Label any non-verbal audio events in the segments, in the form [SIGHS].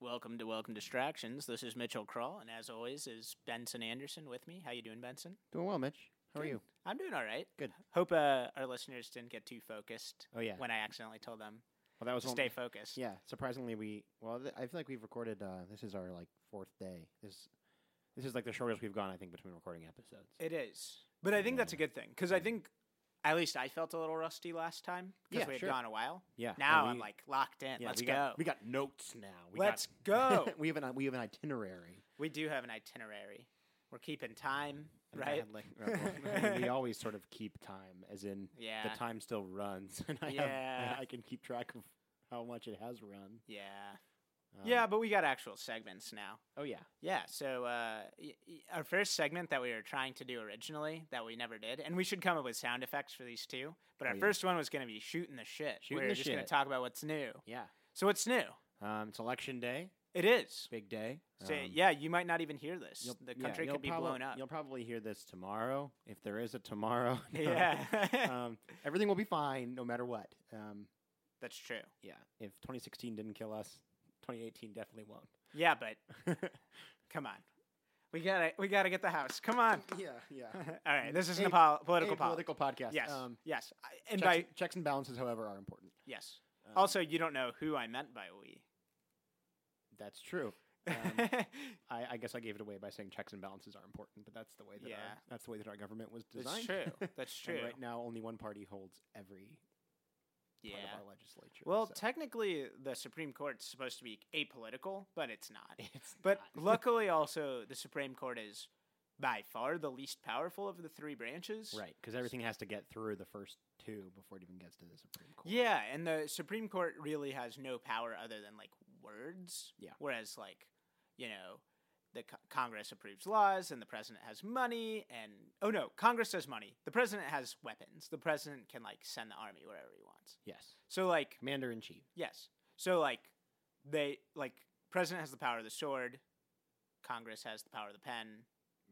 Welcome to Welcome Distractions. This is Mitchell Krull, and as always is Benson Anderson with me. How you doing, Benson? Doing well, Mitch. How are Good. you? I'm doing all right. Good. Hope uh, our listeners didn't get too focused Oh yeah. when I accidentally told them well, that was to one- stay focused. Yeah. Surprisingly, we well, th- I feel like we've recorded. Uh, this is our like fourth day. This this is like the shortest we've gone. I think between recording episodes. It is. But I think that's a good thing because I think at least I felt a little rusty last time because Yeah, we had sure. gone a while. yeah. Now and I'm we- like locked in. yeah, Let's we go. Got, we got notes now. We Let's got, [LAUGHS] go. we have an we have an itinerary. we do have an itinerary. We're keeping time, And I [LAUGHS] right? had, like, [LAUGHS] I mean, we always sort of keep time, as in Yeah. the time still runs, [LAUGHS] and I, have, Yeah. I, I can keep track of how much it has run. yeah. Um, yeah, but we got actual segments now. Oh yeah. Yeah, so uh, y- y- our first segment that we were trying to do originally that we never did, and we should come up with sound effects for these two. But our Oh, yeah. first one was going to be shooting the shit. Shooting we were the just going shit. to talk about what's new. Yeah. So what's new? Um, it's election day. It is. Big day. So Um, yeah, you might not even hear this. You'll- The yeah, country you'll could be probab- blown up. [LAUGHS] You'll probably hear this tomorrow, if there is a tomorrow. No. Yeah, [LAUGHS] um, everything will be fine, no matter what. Um, [LAUGHS] that's true. yeah. If 2016 didn't kill us, 2018 definitely won't. Yeah, but come on, we gotta we gotta get the house. Come on. [LAUGHS] [LAUGHS] yeah, yeah. All right, this isn't a A- pol- political a pod. [LAUGHS] political podcast. Yes, Um, yes, I- and checks, by checks and balances, however, are important. yes. Um, Also, you don't know who I meant by we. that's true. Um, [LAUGHS] I, I guess I gave it away by saying checks and balances are important, but that's the way that Yeah. our, that's the way that our government was That's designed. true. [LAUGHS] That's true. And right now, only one party holds every yeah. part of our legislature. Well, so technically, the Supreme Court's supposed to be apolitical, but it's not. [LAUGHS] it's But not. luckily, also, the Supreme Court is by far the least powerful of the three branches. Right, because everything has to get through the first two before it even gets to the Supreme Court. Yeah, and the Supreme Court really has no power other than like words. Yeah. Whereas, like, you know, the co- Congress approves laws, and the president has money, and oh no, Congress has money. The president has weapons. The president can like send the army wherever he wants. Yes. So like, Commander in chief. Yes. So like they like president has the power of the sword, Congress has the power of the pen,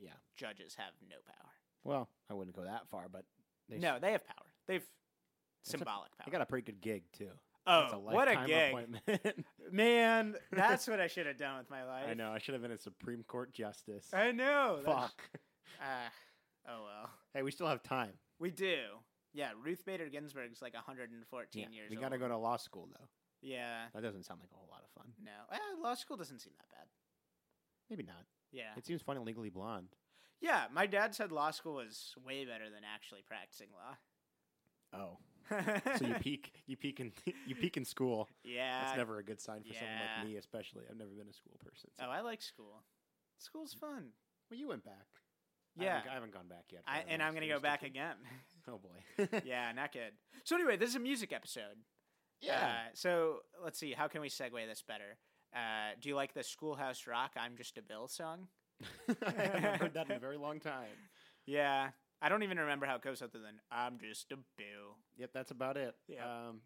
Yeah. judges have no power. Well, I wouldn't go that far, but they s- no, they have power. They've a- symbolic they power. got a pretty good gig too. That's oh, what a lifetime gig, appointment. [LAUGHS] man! That's what I should have done with my life. I know. I should have been a Supreme Court justice. I know. that's- Fuck. Uh, oh well, Hey, we still have time. we do. Yeah, Ruth Bader Ginsburg's like 114 Yeah, years we old. gotta go to law school though. Yeah. That doesn't sound like a whole lot of fun. No. Eh, law school doesn't seem that bad. Maybe not. Yeah. It seems fun and legally blonde. yeah. My dad said law school was way better than actually practicing law. Oh, [LAUGHS] [LAUGHS] so you peak, you peak in, you peak in school. yeah. That's never a good sign for someone yeah. like me, especially. I've never been a school person. so- oh, I like school. School's fun. Well, you went back. I Yeah. haven't, I haven't gone back yet. I, but and know I'm going to go used back do- again. [LAUGHS] Oh boy. [LAUGHS] [LAUGHS] yeah, not good. So anyway, this is a music episode. Uh, so let's see. How can we segue this better? Uh, do you like the Schoolhouse Rock? I'm just a Bill song. [LAUGHS] I haven't heard that in a very [LAUGHS] long time. Yeah. I don't even remember how it goes other than I'm just a Bill. Yep, that's about it. Yeah. Um,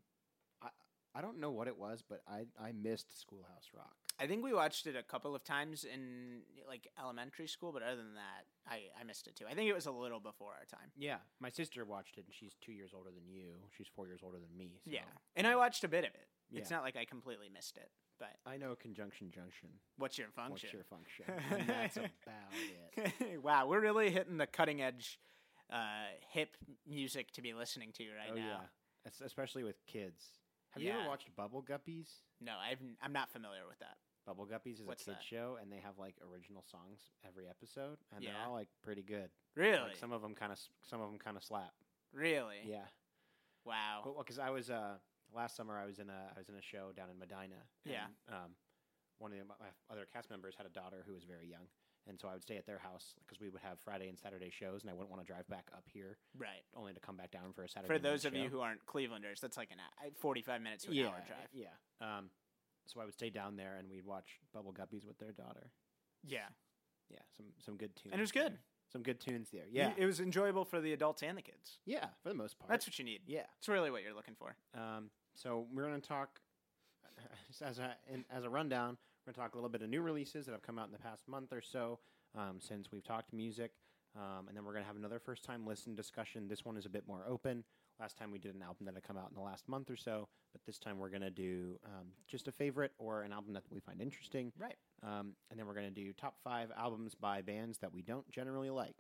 I I don't know what it was, but I I missed Schoolhouse Rock. I think we watched it a couple of times in like elementary school, but other than that, I, I missed it too. I think it was a little before our time. Yeah, my sister watched it, and she's two years older than you. She's four years older than me. So Yeah. And I watched a bit of it. It's Yeah. not like I completely missed it, but I know conjunction junction. what's your function? What's your [LAUGHS] function? and that's about [LAUGHS] it. [LAUGHS] wow, we're really hitting the cutting edge, uh, hip music to be listening to right oh now. yeah, Es- especially with kids. Have you Yeah. ever watched Bubble Guppies? No, I've, n- I'm not familiar with that. Bubble Guppies is What's a kid that? show, and they have like original songs every episode, and Yeah. they're all like pretty good. Really, Eh. Like some of them kind of some of them kind of slap. really, Yeah. wow, Well, because I was uh, last summer, I was in a I was in a show down in Medina. Yeah. and, Um, one of the, my other cast members had a daughter who was very young, and so I would stay at their house because we would have Friday and Saturday shows, and I wouldn't want to drive back up here right. only to come back down for a Saturday. For night those of you show. who aren't Clevelanders, that's like an hou- 45 minutes to an yeah, hour drive. yeah. Um, so I would stay down there, and we'd watch Bubble Guppies with their daughter. Yeah, Yeah, some some good tunes, and it was good. there. Some good tunes there. You- Yeah, it was enjoyable for the adults and the kids. yeah, for the most part. That's what you need. yeah. It's really what you're looking for. Um, so we're going to talk [LAUGHS] just as a in, as a rundown. We're going to talk a little bit of new releases that have come out in the past month or so um, since we've talked music, um, and then we're going to have another first time listen discussion. This one is a bit more open. Last time we did an album that had come out in the last month or so, but this time we're gonna do um, just a favorite or an album that we find interesting, Right. um, and then we're gonna do top five albums by bands that we don't generally like.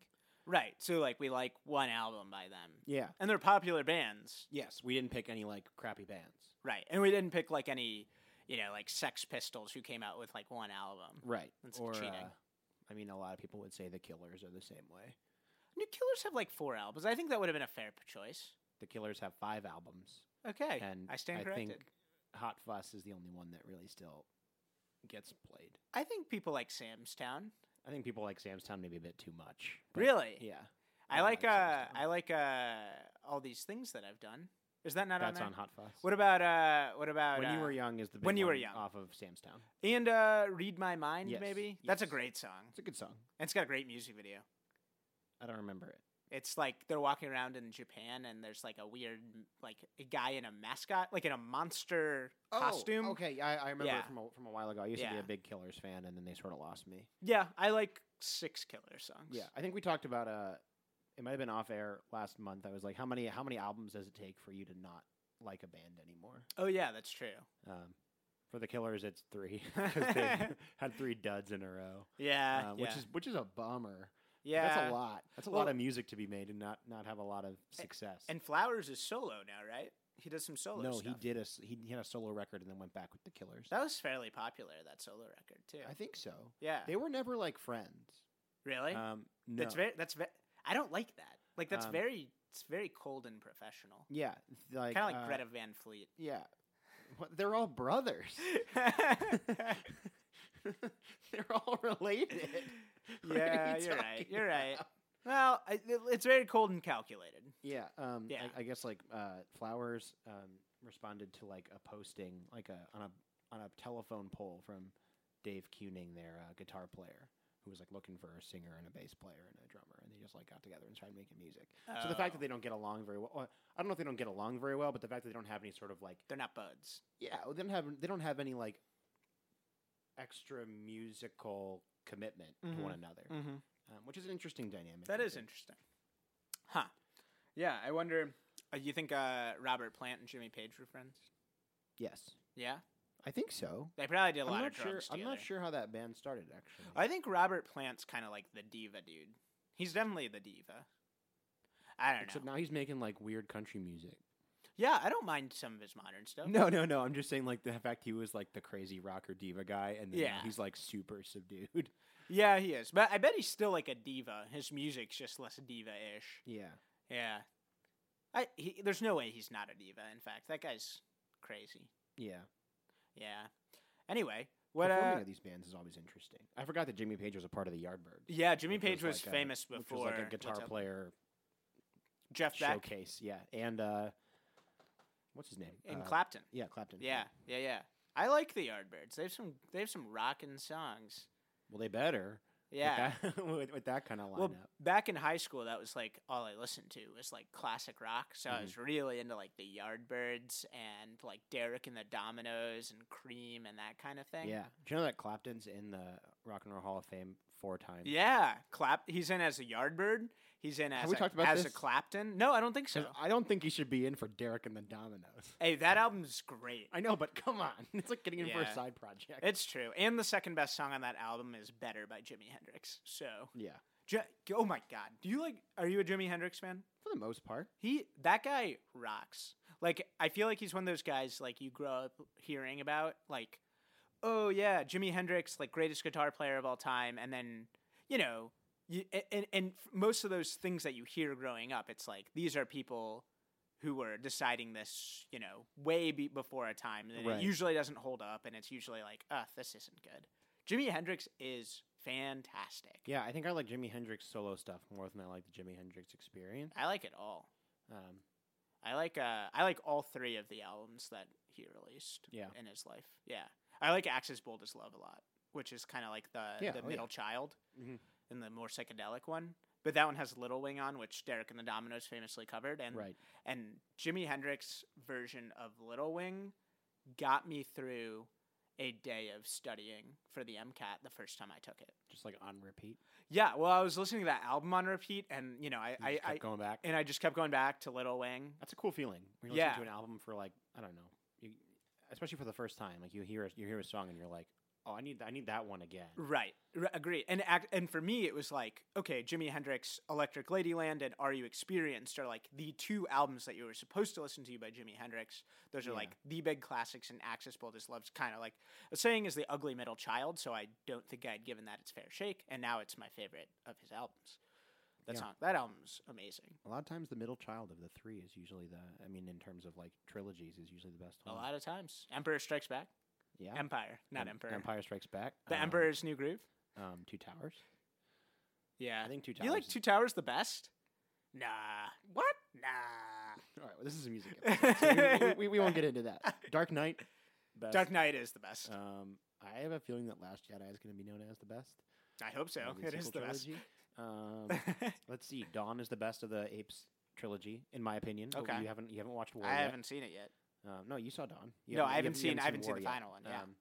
Right. So like we like one album by them. Yeah. And they're popular bands. Yes, we didn't pick any like crappy bands. Right. And we didn't pick like any, you know, like Sex Pistols who came out with like one album. Right. uh, That's cheating. I mean, a lot of people would say the Killers are the same way. New Killers have like four albums. I think that would have been a fair p- choice. The Killers have five albums, Okay. and I stand I corrected. think Hot Fuss is the only one that really still gets played. I think people like Sam's Town. I think people like Sam's Town maybe a bit too much. but Really? Yeah. I I like like uh Sam's Town. I like uh all these things that I've done. Is that not That's on there? on Hot Fuss. What about uh what about when you uh, were young is the big When You Were one Young. off of Sam's Town. and uh Read My Mind Yes, maybe? That's a yes. great song. It's a good song. And it's got a great music video. I don't remember it. It's like they're walking around in Japan and there's like a weird like a guy in a mascot, like in a monster costume. Oh, Okay, I, I remember Yeah. it from a, from a while ago. I used to be Yeah. a big Killers fan, and then they sort of lost me. Yeah, I like six killer songs. Yeah, I think we talked about uh, it might have been off air last month. I was like, how many how many albums does it take for you to not like a band anymore? Oh yeah, that's true. Um, for the Killers, it's three [LAUGHS] 'cause [LAUGHS] they had three duds in a row, Yeah. um, Uh, yeah. which is which is a bummer. yeah. that's a lot. That's a lot Well- of music to be made and not not have a lot of success. And Flowers is solo now, right? He does some solo no, stuff. he did a s- he he had a solo record and then went back with the Killers. That was fairly popular that solo record too. I think so. yeah. They were never like friends. really? Um, no. That's very that's ve- I don't like that. Like that's Um, very it's very cold and professional. yeah, th- like kind of like uh, Greta Van [LAUGHS] Fleet. Yeah, What- they're all brothers. [LAUGHS] [LAUGHS] They're all related. [LAUGHS] What are yeah, you you are right. talking You're right. about? Well, I, it- it's very cold and calculated. Yeah. Um, Yeah. I, I guess like uh, flowers um, responded to like a posting, like a on a on a telephone poll from Dave Cuning, their uh, guitar player, who was like looking for a singer and a bass player and a drummer, and they just like got together and started making music. So the fact Uh, that they don't get along very well, well, I don't know if they don't get along very well, but the fact that they don't have any sort of like they're not buds. Yeah, well, they don't have they don't have any like extra musical commitment to one another, Mm-hmm. um, which is an interesting dynamic. That I is think. interesting. Huh. Yeah, I wonder. Uh, you think uh, Robert Plant and Jimmy Page were friends? yes, Yeah, I think so. they probably did a I'm lot not of sure. drugs I'm not together. sure how that band started actually. I think Robert Plant's kind of like the diva dude. He's definitely the diva. I don't Except know. now he's making like weird country music. yeah, I don't mind some of his modern stuff. No, no, no. I'm just saying like the fact he was like the crazy rocker diva guy, and then now Yeah. he's like super [LAUGHS] subdued. Yeah, he is, but I bet he's still like a diva. His music's just less diva-ish. Yeah, Yeah. I he, there's no way he's not a diva. In fact, that guy's crazy. yeah. Yeah. Anyway, what? Performing Uh, at these bands is always interesting. I forgot that Jimmy Page was a part of the Yardbirds. yeah, Jimmy which Page was, like, a- famous which before. was like a what's guitar up? player Jeff Beck showcase. Yeah, and uh, what's his name? and Uh, Clapton. Yeah, Clapton. Yeah, yeah, yeah. I like the Yardbirds. They have some they have some rockin' songs. Well, they better. Yeah. With that, [LAUGHS] with, with that kind of lineup. Well, back in high school, that was like all I listened to was like classic rock. So I was Mm-hmm. really into like the Yardbirds and like Derek and the Dominoes and Cream and that kind of thing. yeah. Do you know that Clapton's in the Rock and Roll Hall of Fame four times? Yeah, clap. He's in as a Yardbird. He's in as we a, talked about as a this? Clapton. No, I don't think so. 'Cause I don't think he should be in for Derek and the Dominoes. [LAUGHS] Hey, that album's great. I know, but come on, [LAUGHS] it's like getting in for Yeah. a side project. It's true. And the second best song on that album is "Better" by Jimi Hendrix. So, yeah, J- oh my God, do you like? Are you a Jimi Hendrix fan? for the most part. He that guy rocks. Like I feel like he's one of those guys like you grow up hearing about like oh yeah, Jimi Hendrix like greatest guitar player of all time and then you know you, a- and and f- most of those things that you hear growing up it's like these are people who were deciding this, you know, way be- before a time and Right. it usually doesn't hold up and it's usually like uh this isn't good. Jimi Hendrix is fantastic. Yeah, I think I like Jimi Hendrix solo stuff more than I like the Jimi Hendrix Experience. I like it all. Um, I like uh I like all three of the albums that he released. Yeah. in his life. Yeah, I like Axis Bold as Love a lot, which is kind of like the Yeah, the oh yeah. middle child Mhm. and the more psychedelic one. But that one has Little Wing on, which Derek and the Dominoes famously covered, and right. and Jimi Hendrix version of Little Wing got me through a day of studying for the MCAT the first time I took it. Just like on repeat. Yeah, well, I was listening to that album on repeat, and you know, I, You I, just I kept going back. and I just kept going back to Little Wing. That's a cool feeling. When you Yeah. listen to an album for like I don't know, you, especially for the first time, like you hear a- you hear a song and you're like, oh, I need I need that one again. Right, r- agree. And ac- and for me, it was like, okay, Jimi Hendrix, Electric Ladyland, and Are You Experienced are like the two albums that you were supposed to listen to by Jimi Hendrix. Those are Yeah. like the big classics, and Axis Bold is Love's kind of like a saying is the ugly middle child. So I don't think I'd given that its fair shake, and now it's my favorite of his albums. That Yeah. song, that album's amazing. A lot of times, the middle child of the three is usually the. I mean, in terms of like trilogies, is usually the best A one. lot of times, Emperor Strikes Back, yeah. Empire, not Em- Emperor, Empire Strikes Back. the um, Emperor's New Groove. Um, Two Towers. Yeah, I think Two Towers. you like is- [LAUGHS] Two Towers the best. Nah, what? Nah. All right, well, this is a music. [LAUGHS] episode, so we, we, we, we won't get into that. Dark Knight. Best. Dark Knight is the best. Um, I have a feeling that Last Jedi is going to be known as the best. I hope so. of It is the sequel best. trilogy. [LAUGHS] Um, let's see. Dawn is the best of the Apes trilogy, in my opinion. but Okay. You haven't you haven't watched [LAUGHS] War. I yet. haven't seen it yet. Um, no, you saw Dawn. You No, you I haven't you seen- I haven't seen War the yet. final one, yeah. Um,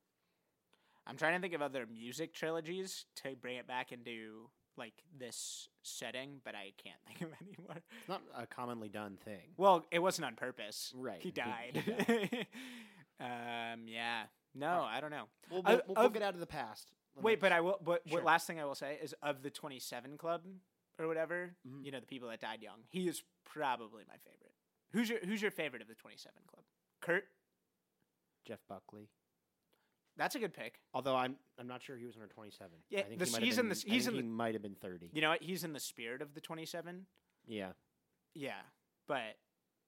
I'm trying to think of other music trilogies to bring it back into like this setting, but I can't [LAUGHS] think of any more. it's not a commonly done thing. Well, it wasn't on purpose. Right. He died. he [LAUGHS] um. Yeah. No, All I don't know. We'll, I- we'll, we'll, we'll of- get out of the past. Let Wait, me- but I will. But Sure. what last thing I will say is of the 27 Club or whatever, Mhm. you know, the people that died young. He is probably my favorite. Who's your Who's your favorite of the 27 Club? Kurt. Jeff Buckley. That's a good pick. Although I'm I'm not sure he was under 27. Yeah, I think the he might have season- the been- I season think the- he might have been 30. You know what? He's in the spirit of the 27. Yeah. Yeah, but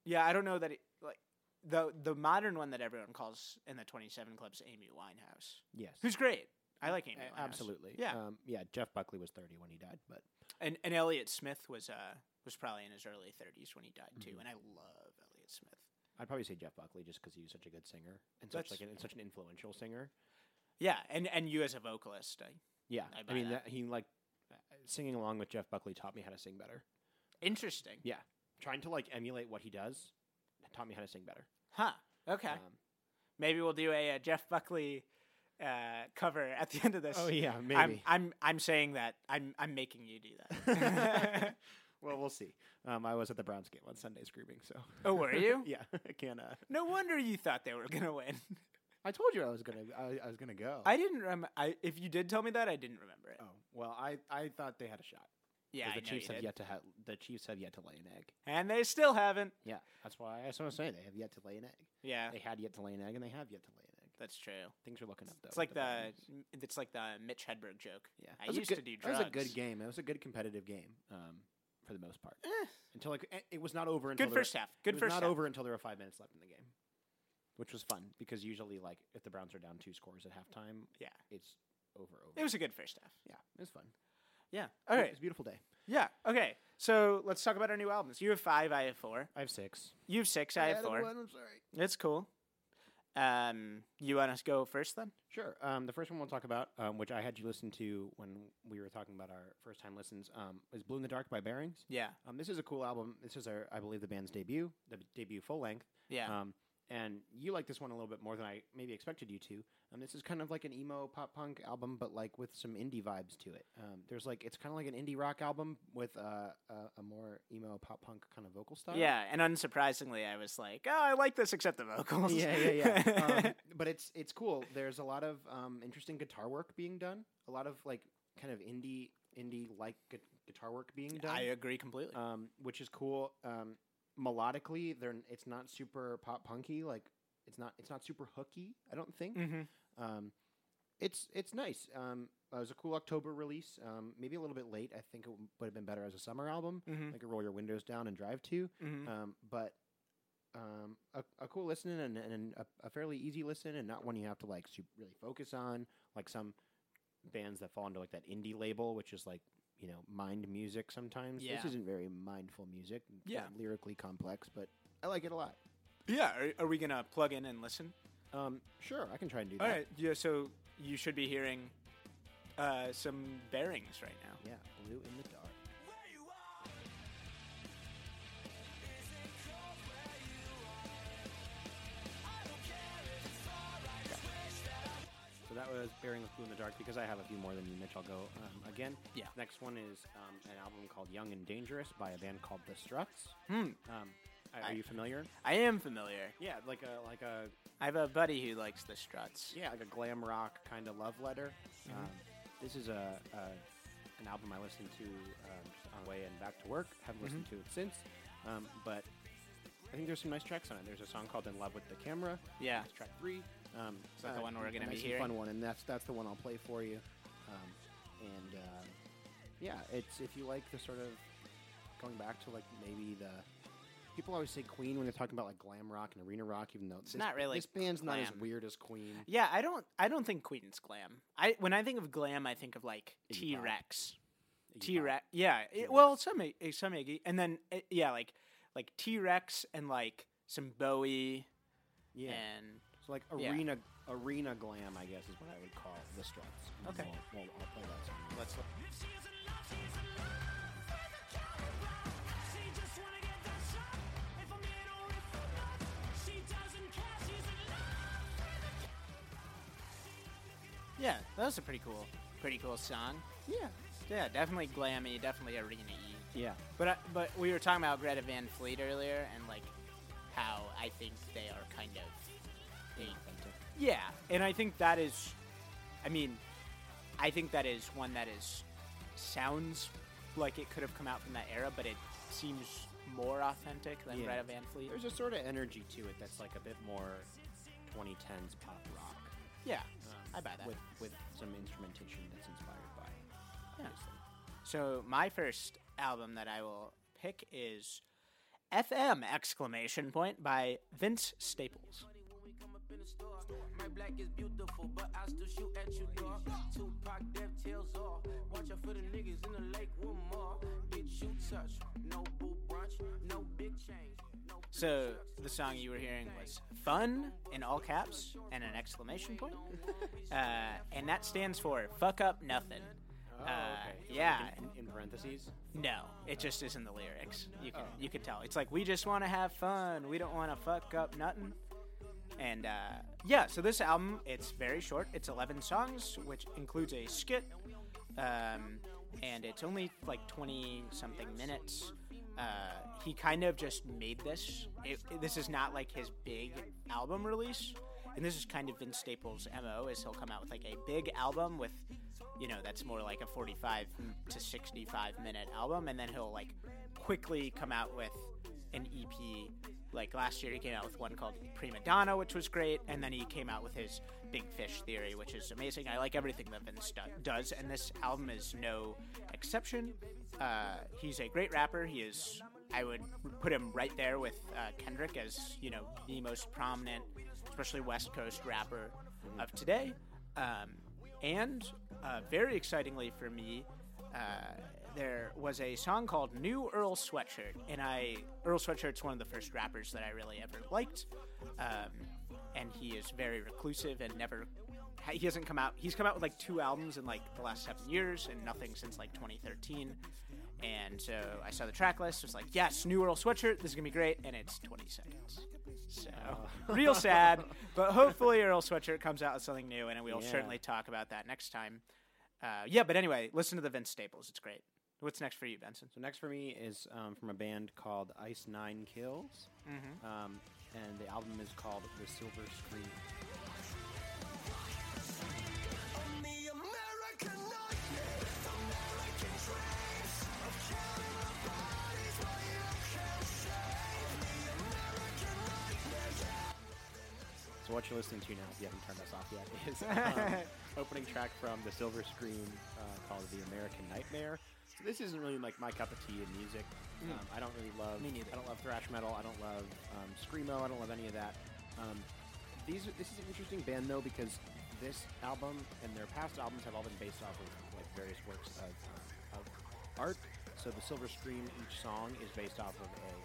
yeah, I don't know that it, like the the modern one that everyone calls in the 27 Club's Amy Winehouse, Yes. who's great. I like Amy. A- Winehouse. absolutely. Yeah. Um, yeah. Jeff Buckley was 30 when he died, but And and Elliot Smith was uh was probably in his early 30s when he died too, Mm-hmm. and I love Elliot Smith. I'd probably say Jeff Buckley just because he was such a good singer and such That's- like an, and such an influential singer. Yeah, and and you as a vocalist, Uh, I, Yeah. I I, buy mean, that. that, he like uh, singing along with Jeff Buckley taught me how to sing better. interesting, Yeah. Trying to like emulate what he does taught me how to sing better. huh? Okay, Um, maybe we'll do a, uh Jeff Buckley uh cover at the end of this. oh yeah, maybe. I'm I'm I'm saying that I'm I'm making you [LAUGHS] do that. [LAUGHS] well, we'll see. Um, I was at the Browns game on Sunday screaming. So. Oh, [LAUGHS] were you? yeah, [LAUGHS] I can't. Uh, no wonder you thought they were gonna win. I told you I was gonna. I, I was gonna go. I didn't rem- I if you did tell me that, I didn't remember it. oh well, I, I thought they had a shot. 'cause yeah, I the know Chiefs you have did. yet to ha- the Chiefs have yet to lay an egg. and they still haven't. Yeah, that's why that's what I'm saying. They have yet to lay an egg. Yeah, They had yet to lay an egg, and they have yet to lay an egg. that's true. Things are looking up though. It's with like the Vikings. it's like the Mitch Hedberg joke. yeah. That I was a used to good- do That was a drugs. good game. It was a good competitive game. Um, for the most part, Eh, until like eh, it was not over. Until good there- first half. it Good was first not half. over until there were five minutes left in the game, which was fun because usually like if the Browns are down two scores at halftime, Yeah. it's over. Over. It was a good first half. yeah, it was fun. Yeah. All right. It's a beautiful day. Yeah. Okay. So let's talk about our new albums. You have five. I have four. I have six. You have six. I have four. I'm sorry. It's cool. Um, you want us to go first then? Sure. Um, the first one we'll talk about, um, which I had you listen to when we were talking about our first time listens, um, is "Blue in the Dark" by Bearings. Yeah. Um, this is a cool album. This is, our, I believe, the band's debut, the b- debut full length. Yeah. Um, and you like this one a little bit more than I maybe expected you to. Um, this is kind of like an emo pop punk album, but like with some indie vibes to it. Um, there's like it's kind of like an indie rock album with uh, a, a more emo pop punk kind of vocal style. yeah. And unsurprisingly, I was like, oh, I like this except the vocals. yeah, yeah, [LAUGHS] yeah. [LAUGHS] um, but it's it's cool. There's a lot of um, interesting guitar work being done. A lot of like kind of indie indie like gu- guitar work being done. I agree completely. um, which is cool. Um, melodically, they're n- it's not super pop punky. Like it's not it's not super hooky. I don't think. mm-hmm. Um, it's it's nice. Um, it was a cool October release. Um, maybe a little bit late. I think it w- would have been better as a summer album, Mm-hmm. like a roll your windows down and drive to. Mm-hmm. Um, but um, a, a cool listen and, and a, a fairly easy listen, and not one you have to like su- really focus on, like some bands that fall into like that indie label, which is like you know mind music. Sometimes Yeah. this isn't very mindful music. It's Yeah. not lyrically complex, but I like it a lot. Yeah, are, are we gonna plug in and listen? Um, sure, I can try and do that. All right. Yeah. So you should be hearing uh, some bearings right now. Yeah, blue in the dark. Where you are? Is it cold where you are? I don't care if it's alright. Just wish that I was was. Bearings Blue in the Dark because I have a few more than you, Mitch. I'll go um, again. Yeah. Next one is um, an album called Young and Dangerous by a band called The Struts. Hmm. Um, are are you familiar? I am familiar. Yeah, like a like a I have a buddy who likes the struts. yeah like a glam rock kind of love letter. Mm-hmm. Um, this is a, a an album I listened to um, just on the way and back to work. Haven't listened Mm-hmm. to it since, um, but I think there's some nice tracks on it. There's a song called "In Love with the Camera." Yeah. That's track three. Um, Is that the one we're a gonna be nice and hearing? Fun one, and that's that's the one I'll play for you. Um, and uh, yeah, it's if you like the sort of going back to like maybe the people always say Queen when they're talking about like glam rock and arena rock, even though it's not really this band's not as glam. weird as Queen. Yeah, I don't. I don't think Queen's glam. I when I think of glam, I think of like Iggy T Pop. Rex, Iggy T Rex. Yeah, it- T-Rex. well, some I- eh, some Iggy, and then eh, yeah, like like T Rex and like some Bowie Yeah, and so like yeah. arena arena glam, I guess is what I would call the Struts. And Okay. we'll, we'll- I'll play that song. let's. If she's in love, she's in love with a cowabunga. She just wanna get that shot. If I'm in or if I'm not, she doesn't care. She's in love with a Yeah, that was a pretty cool, pretty cool song. Yeah, Yeah, definitely glammy, definitely arena-y. yeah, But I, but we were talking about Greta Van Fleet earlier, and like how I think they are kind of they authentic. Yeah, and I think that is, I mean, I think that is one that is sounds like it could have come out from that era, but it seems more authentic than Yeah. Greta Van Fleet. There's a sort of energy to it that's like a bit more 2010s pop rock. yeah, I buy that. Uh, With with some instrumentation that's inspired by. obviously. so my first album that I will pick is FM exclamation point by Vince Staples. Money when we come up in the store. My black is beautiful, but I still shoot at you, dog. Tupac, dev tails off. Watch out for the niggas in the lake, one more. Bitch, you touch. No boo brunch, no big change. No big So trucks. the song you were hearing was "fun" in all caps and an exclamation point, uh, and that stands for "fuck up nothing." Oh, Uh, yeah, In, in parentheses. no, it just isn't the lyrics. You can you could tell. It's like we just want to have fun. We don't want to fuck up nothing. And uh, yeah, so this album it's very short. It's 11 songs, which includes a skit, um, and it's only like 20 something minutes. Uh, he kind of just made this. It, it- this is not like his big album release, and this is kind of Vince Staples' mo. Is he'll come out with like a big album with, you know, that's more like a 45 to 65 minute album, and then he'll like quickly come out with an E EP. Like last year, he came out with one called Prima Donna, which was great, and then he came out with his Big Fish Theory, which is amazing. I like everything that Vince do- does, and this album is no exception. Uh, he's a great rapper. He is, I would put him right there with uh, Kendrick as you know the most prominent, especially West Coast rapper of today. Um, and uh, very excitingly for me, uh, there was a song called New Earl Sweatshirt, and I Earl Sweatshirt's one of the first rappers that I really ever liked, um, and he is very reclusive and never. ha- He hasn't come out. He's come out with like two albums in like the last seven years, and nothing since like 2013. And so I saw the track list. Was like, yes, New Earl Sweatshirt. This is gonna be great, and it's 20 seconds. So real sad, but hopefully Earl Sweatshirt comes out with something new, and we'll Yeah. certainly talk about that next time. Uh, yeah, but anyway, listen to the Vince Staples. It's great. What's next for you, Benson? So next for me is um, from a band called Ice Nine Kills, Mhm. um, and the album is called The Silver Screen. I'm the American nightmare with American dreams of counting the bodies where you can save the American nightmare. Yeah. So what you're listening to now, if you haven't turned us off yet, [LAUGHS] is [LAUGHS] um, opening track from the Silver Screen uh, called "The American Nightmare." So this isn't really like my cup of tea in music. Um, I don't really love. Mm. Me neither. I don't love thrash metal. I don't love um, screamo. I don't love any of that. Um, these this is an interesting band though because this album and their past albums have all been based off of like various works of, um, of art. So the Silver Screen, each song is based off of a um,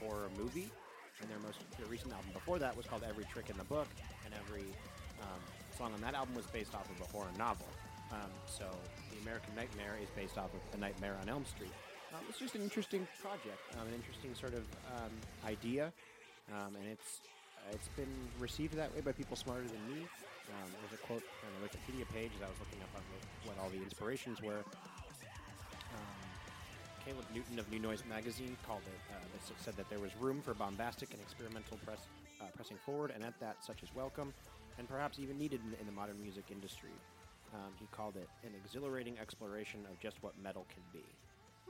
horror movie, and their most their recent album before that was called Every Trick in the Book, and every um, song on that album was based off of a horror novel. Um, so the American Nightmare is based off of The Nightmare on Elm Street. Uh, it's just an interesting project, um, an interesting sort of um, idea, um, and it's uh, it's been received that way by people smarter than me. Um, there's a quote on the Wikipedia page that I was looking up on what- what all the inspirations were. Um, Caleb Newton of New Noise Magazine called it, uh, this- said that there was room for bombastic and experimental press, uh, pressing forward, and at that, such is welcome, and perhaps even needed in, in the modern music industry. Um, he called it an exhilarating exploration of just what metal can be.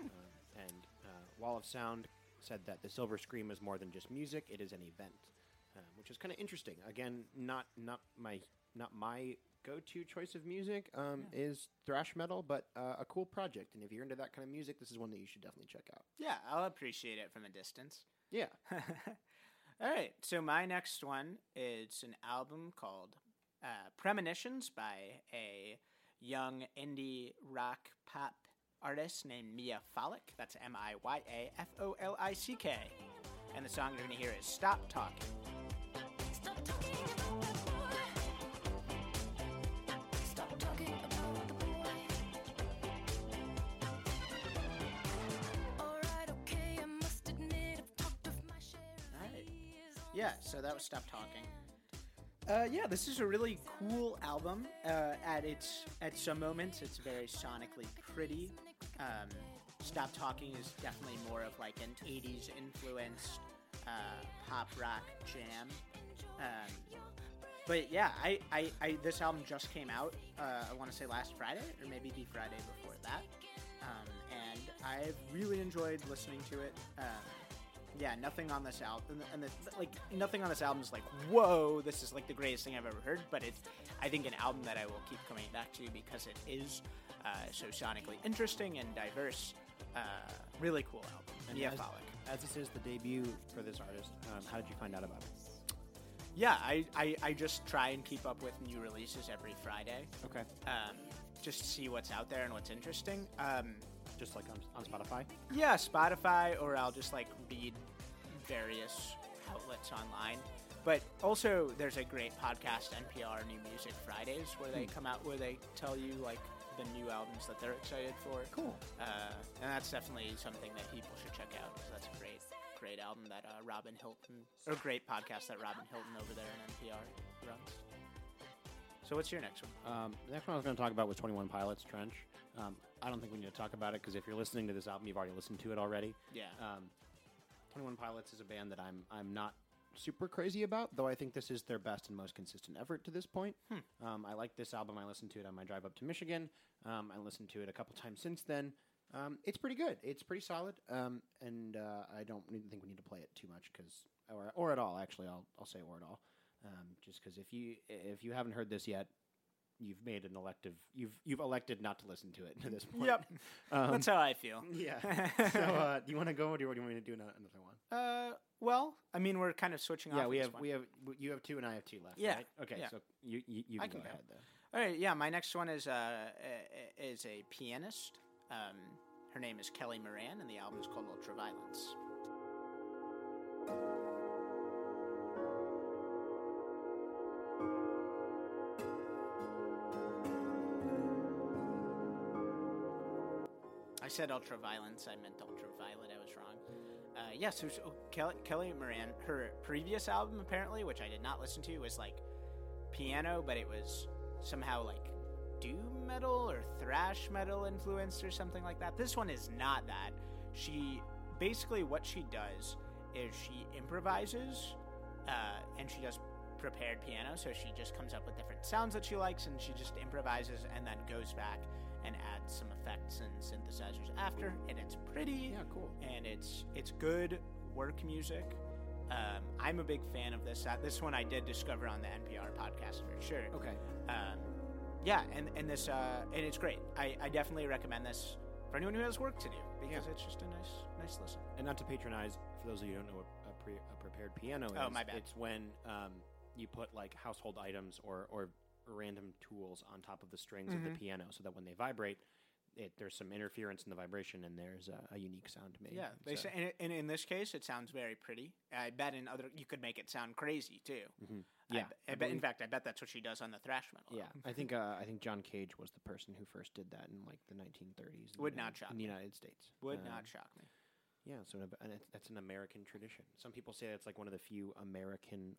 Um, and uh, Wall of Sound said that the Silver Scream is more than just music; it is an event, um, which is kind of interesting. Again, not not my not my go-to choice of music um, is thrash metal, but uh, a cool project. And if you're into that kind of music, this is one that you should definitely check out. Yeah, I'll appreciate it from a distance. [LAUGHS] Yeah, All right, so my next one is an album called uh, Premonitions by a young indie rock pop artist named Mia Folick. That's M I Y A F O L I C K. And the song you're going to hear is Stop Talking. Stop talking about the boy. Stop talking about the boy. Alright, okay, I must admit I've talked of my share of Right. years on Yeah, so that was Stop Talking. Uh, yeah, this is a really cool album. Uh, at its at some moments, it's very sonically pretty. Um, Stop Talking is definitely more of like an '80s influenced uh, pop rock jam. Um, but yeah, I, I, I this album just came out. Uh, I want to say last Friday or maybe the Friday before that. Um, and I've really enjoyed listening to it. Um, yeah, nothing on this album, and the, like nothing on this album is like, whoa, this is like the greatest thing I've ever heard. But it's, I think, an album that I will keep coming back to because it is uh, so sonically interesting and diverse. Uh, really cool album. And Mia as- Folick. As this is the debut for this artist, um, how did you find out about it? Yeah, I, I, I just try and keep up with new releases every Friday. Okay, um, just see what's out there and what's interesting. Um, just like on, on Spotify. yeah, Spotify, or I'll just like read various outlets online. But also, there's a great podcast, NPR New Music Fridays, where they come out where they tell you like the new albums that they're excited for. Cool. Uh, and that's definitely something that people should check out because that's a great, great album that uh, Robin Hilton, or great podcast that Robin Hilton over there in NPR runs. So, what's your next one? Um, the next one I was going to talk about was Twenty One Pilots Trench. Um, I don't think we need to talk about it because if you're listening to this album, you've already listened to it already. Yeah. Um, Twenty One Pilots is a band that I'm I'm not super crazy about, though I think this is their best and most consistent effort to this point. Hmm. Um, I like this album. I listened to it on my drive up to Michigan. Um, I listened to it a couple times since then. Um, it's pretty good. It's pretty solid, um, and uh, I don't need, think we need to play it too much because, or, or at all. Actually, I'll I'll say or at all, um, just because if you if you haven't heard this yet, you've made an elective. You've you've elected not to listen to it at this point. Yep. [LAUGHS] um, That's how I feel. [LAUGHS] [LAUGHS] yeah. so, uh, do you want to go, or do you want me to do ano- another one? Uh, well, I mean, we're kind of switching off. yeah, we this have one. we have w- you have two, and I have two left. Yeah, right? Okay. yeah. So you you, you I can, can go, go. ahead then. All right, yeah. My next one is uh, a- a- is a pianist. Um, her name is Kelly Moran, and the album is called Ultraviolence. I said ultraviolence. I meant ultraviolet. I was wrong. Uh, yes, yeah, so, so Kelly, Kelly Moran. Her previous album, apparently, which I did not listen to, was like piano, but it was somehow like doom metal or thrash metal influenced or something like that. This one is not that. She basically what she does is she improvises uh, and she does prepared piano. So she just comes up with different sounds that she likes and she just improvises and then goes back and adds some effects and synthesizers after. And it's pretty Yeah, cool. and it's it's good work music. Um, I'm a big fan of this. Uh, This one I did discover on the NPR podcast for sure. Okay. Um, yeah, and and this uh, and it's great. I, I definitely recommend this for anyone who has work to do because Yeah. it's just a nice nice listen. And not to patronize, for those of you who don't know what a, pre, a prepared piano is, Oh, my bad. it's when um, you put like household items or or random tools on top of the strings Mm-hmm. of the piano, so that when they vibrate, it, there's some interference in the vibration, and there's a, a unique sound made. Yeah, they So- say, and, and in this case, it sounds very pretty. I bet in other you could make it sound crazy too. I Mm-hmm. Yeah, b- I I, bet. In believe- fact, I bet that's what she does on the thrash metal. [LAUGHS] Yeah, album. I think uh, I think John Cage was the person who first did that in like the 1930s. in Would the- not shock in the me. United States. would Um, not shock me. Yeah, so an- and it's- that's an American tradition. Some people say that's like one of the few American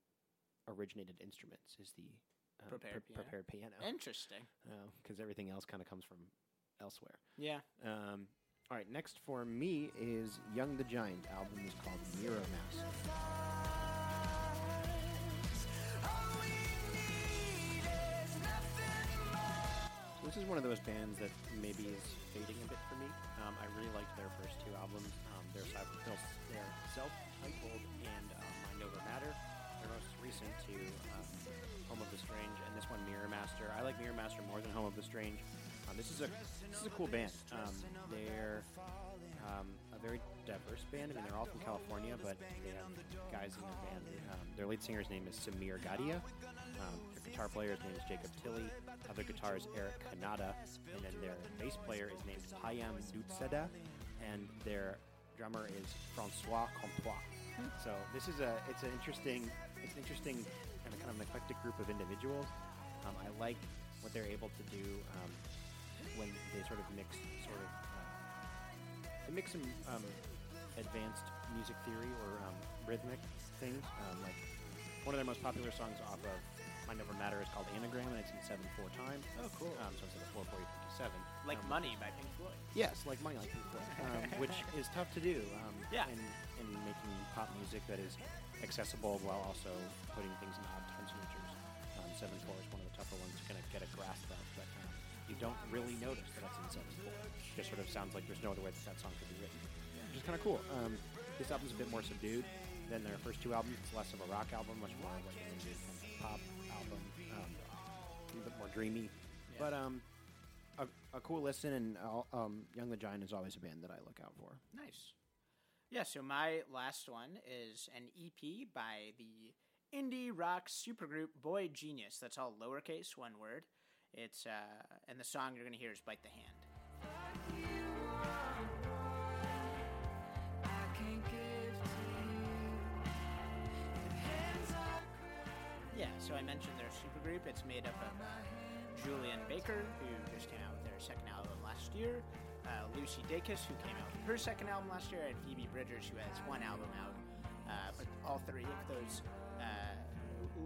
originated instruments is the uh, Prepared piano. prepared piano Interesting. because everything else kind of comes from elsewhere. Yeah. Um, all right, next for me is Young the Giant. Album is called Mirror Mouse. This is one of those bands that maybe is fading a bit for me. Um, I really liked their first two albums. Um, their cyber, their self-titled and um, Mind Over Matter. Their most recent to um, Home of the Strange and this one Mirror Master. I like Mirror Master more than Home of the Strange. Um, this is a this is a cool band. Um, they're um, a very diverse band. I mean, they're all from California, but they have guys in their band. Um, their lead singer's name is Samir Gadia. Um, their guitar player's name is Jacob Tilley. Other guitar is Eric Kanada. And then their bass player is named Payam Dutseda. And their drummer is Francois Compois. So this is a it's an interesting it's an interesting and a kind of an eclectic group of individuals. Um, I like what they're able to do um, when they sort of mix sort of uh, they make some um, advanced music theory or um, rhythmic things. Um, like one of their most popular songs off of Mind Over Matter is called Anagram, and it's in seven four time. Oh, cool. Um, so it's like a four four equals seven. Like um, Money by Pink Floyd. Yes, like money, like Pink Floyd, [LAUGHS] um, which is tough to do. Um, Yeah. In, in making pop music that is accessible while also putting things in odd time signatures. Um, seven four is one of the tougher ones to kind of get a grasp of, but um, you don't really notice that it's in seven four. It just sort of sounds like there's no other way that that song could be written, which is kind of cool. Um, this album's a bit more subdued than their first two albums. It's less of a rock album, much more of like an indie kind of pop album, um, a little bit more dreamy. But um, a, a cool listen, and I'll- um, Young the Giant is always a band that I look out for. Nice. Yeah, so my last one is an EP by the indie rock supergroup Boy Genius. That's all lowercase, one word. It's uh, and the song you're gonna hear is "Bite the Hand." Yeah, so I mentioned their supergroup. It's made up of uh, Julian Baker, who just came out with their second album last year, uh, Lucy Dacus, who came out with her second album last year, and Phoebe Bridgers, who has one album out. Uh, but all three of those uh,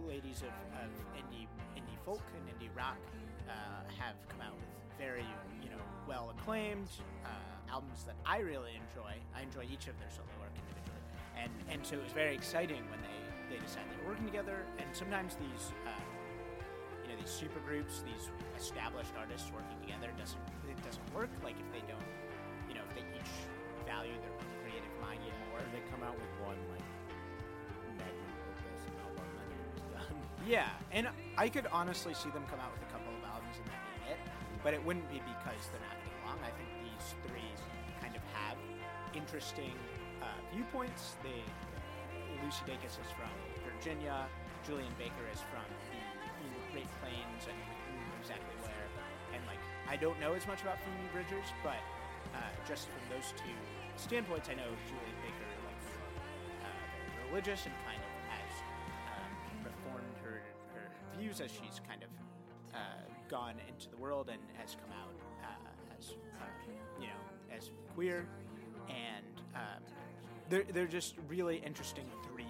ladies of, of indie indie folk and indie rock uh, have come out with very you know well acclaimed uh, albums that I really enjoy. I enjoy each of their solo work individually, and and so it was very exciting when they they decided they were working together. And sometimes these uh, you know these super groups, these established artists working together doesn't it doesn't work. Like if they don't you know if they each value their own creative mind even more. Or they come out with one like magnum opus, and how one and it's done. Yeah, and I could honestly see them come out with a couple of albums and that be it. But it wouldn't be because they're not getting along. I think these three kind of have interesting uh, viewpoints. They Lucy Dacus is from Virginia. Julian Baker is from the you know, Great Plains, and who knows exactly where. And like, I don't know as much about Phoebe Bridgers, but uh, just from those two standpoints, I know Julian Baker like uh, very religious and kind of has um, reformed her, her views as she's kind of uh, gone into the world and has come out uh, as uh, you know as queer, and um, they're they're just really interesting three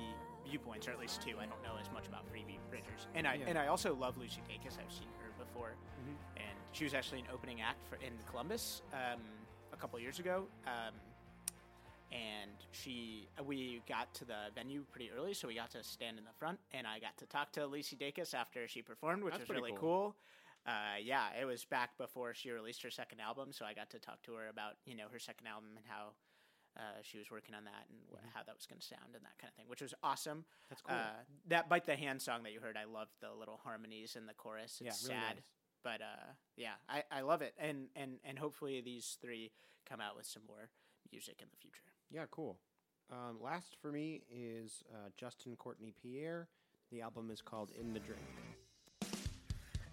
viewpoints, or at least two. I don't know as much about Phoebe Bridgers, and I Yeah. and I also love Lucy Dacus. I've seen her before, and she was actually an opening act for in Columbus um, a couple years ago. Um, and she uh, we got to the venue pretty early so we got to stand in the front and i got to talk to Lucy Dacus after she performed which That's was pretty really cool. cool, Uh, yeah it was back before she released her second album so i got to talk to her about you know her second album and how uh, she was working on that and wh- how that was going to sound and that kind of thing which was awesome Mm-hmm. That's cool. uh, that bite the hand song that you heard i loved the little harmonies in the chorus Yeah, it's really sad nice. but uh, yeah I, I love it and, and and hopefully these three come out with some more music in the future Yeah, cool. Um, last for me is uh, Justin Courtney Pierre. The album is called In the Drink.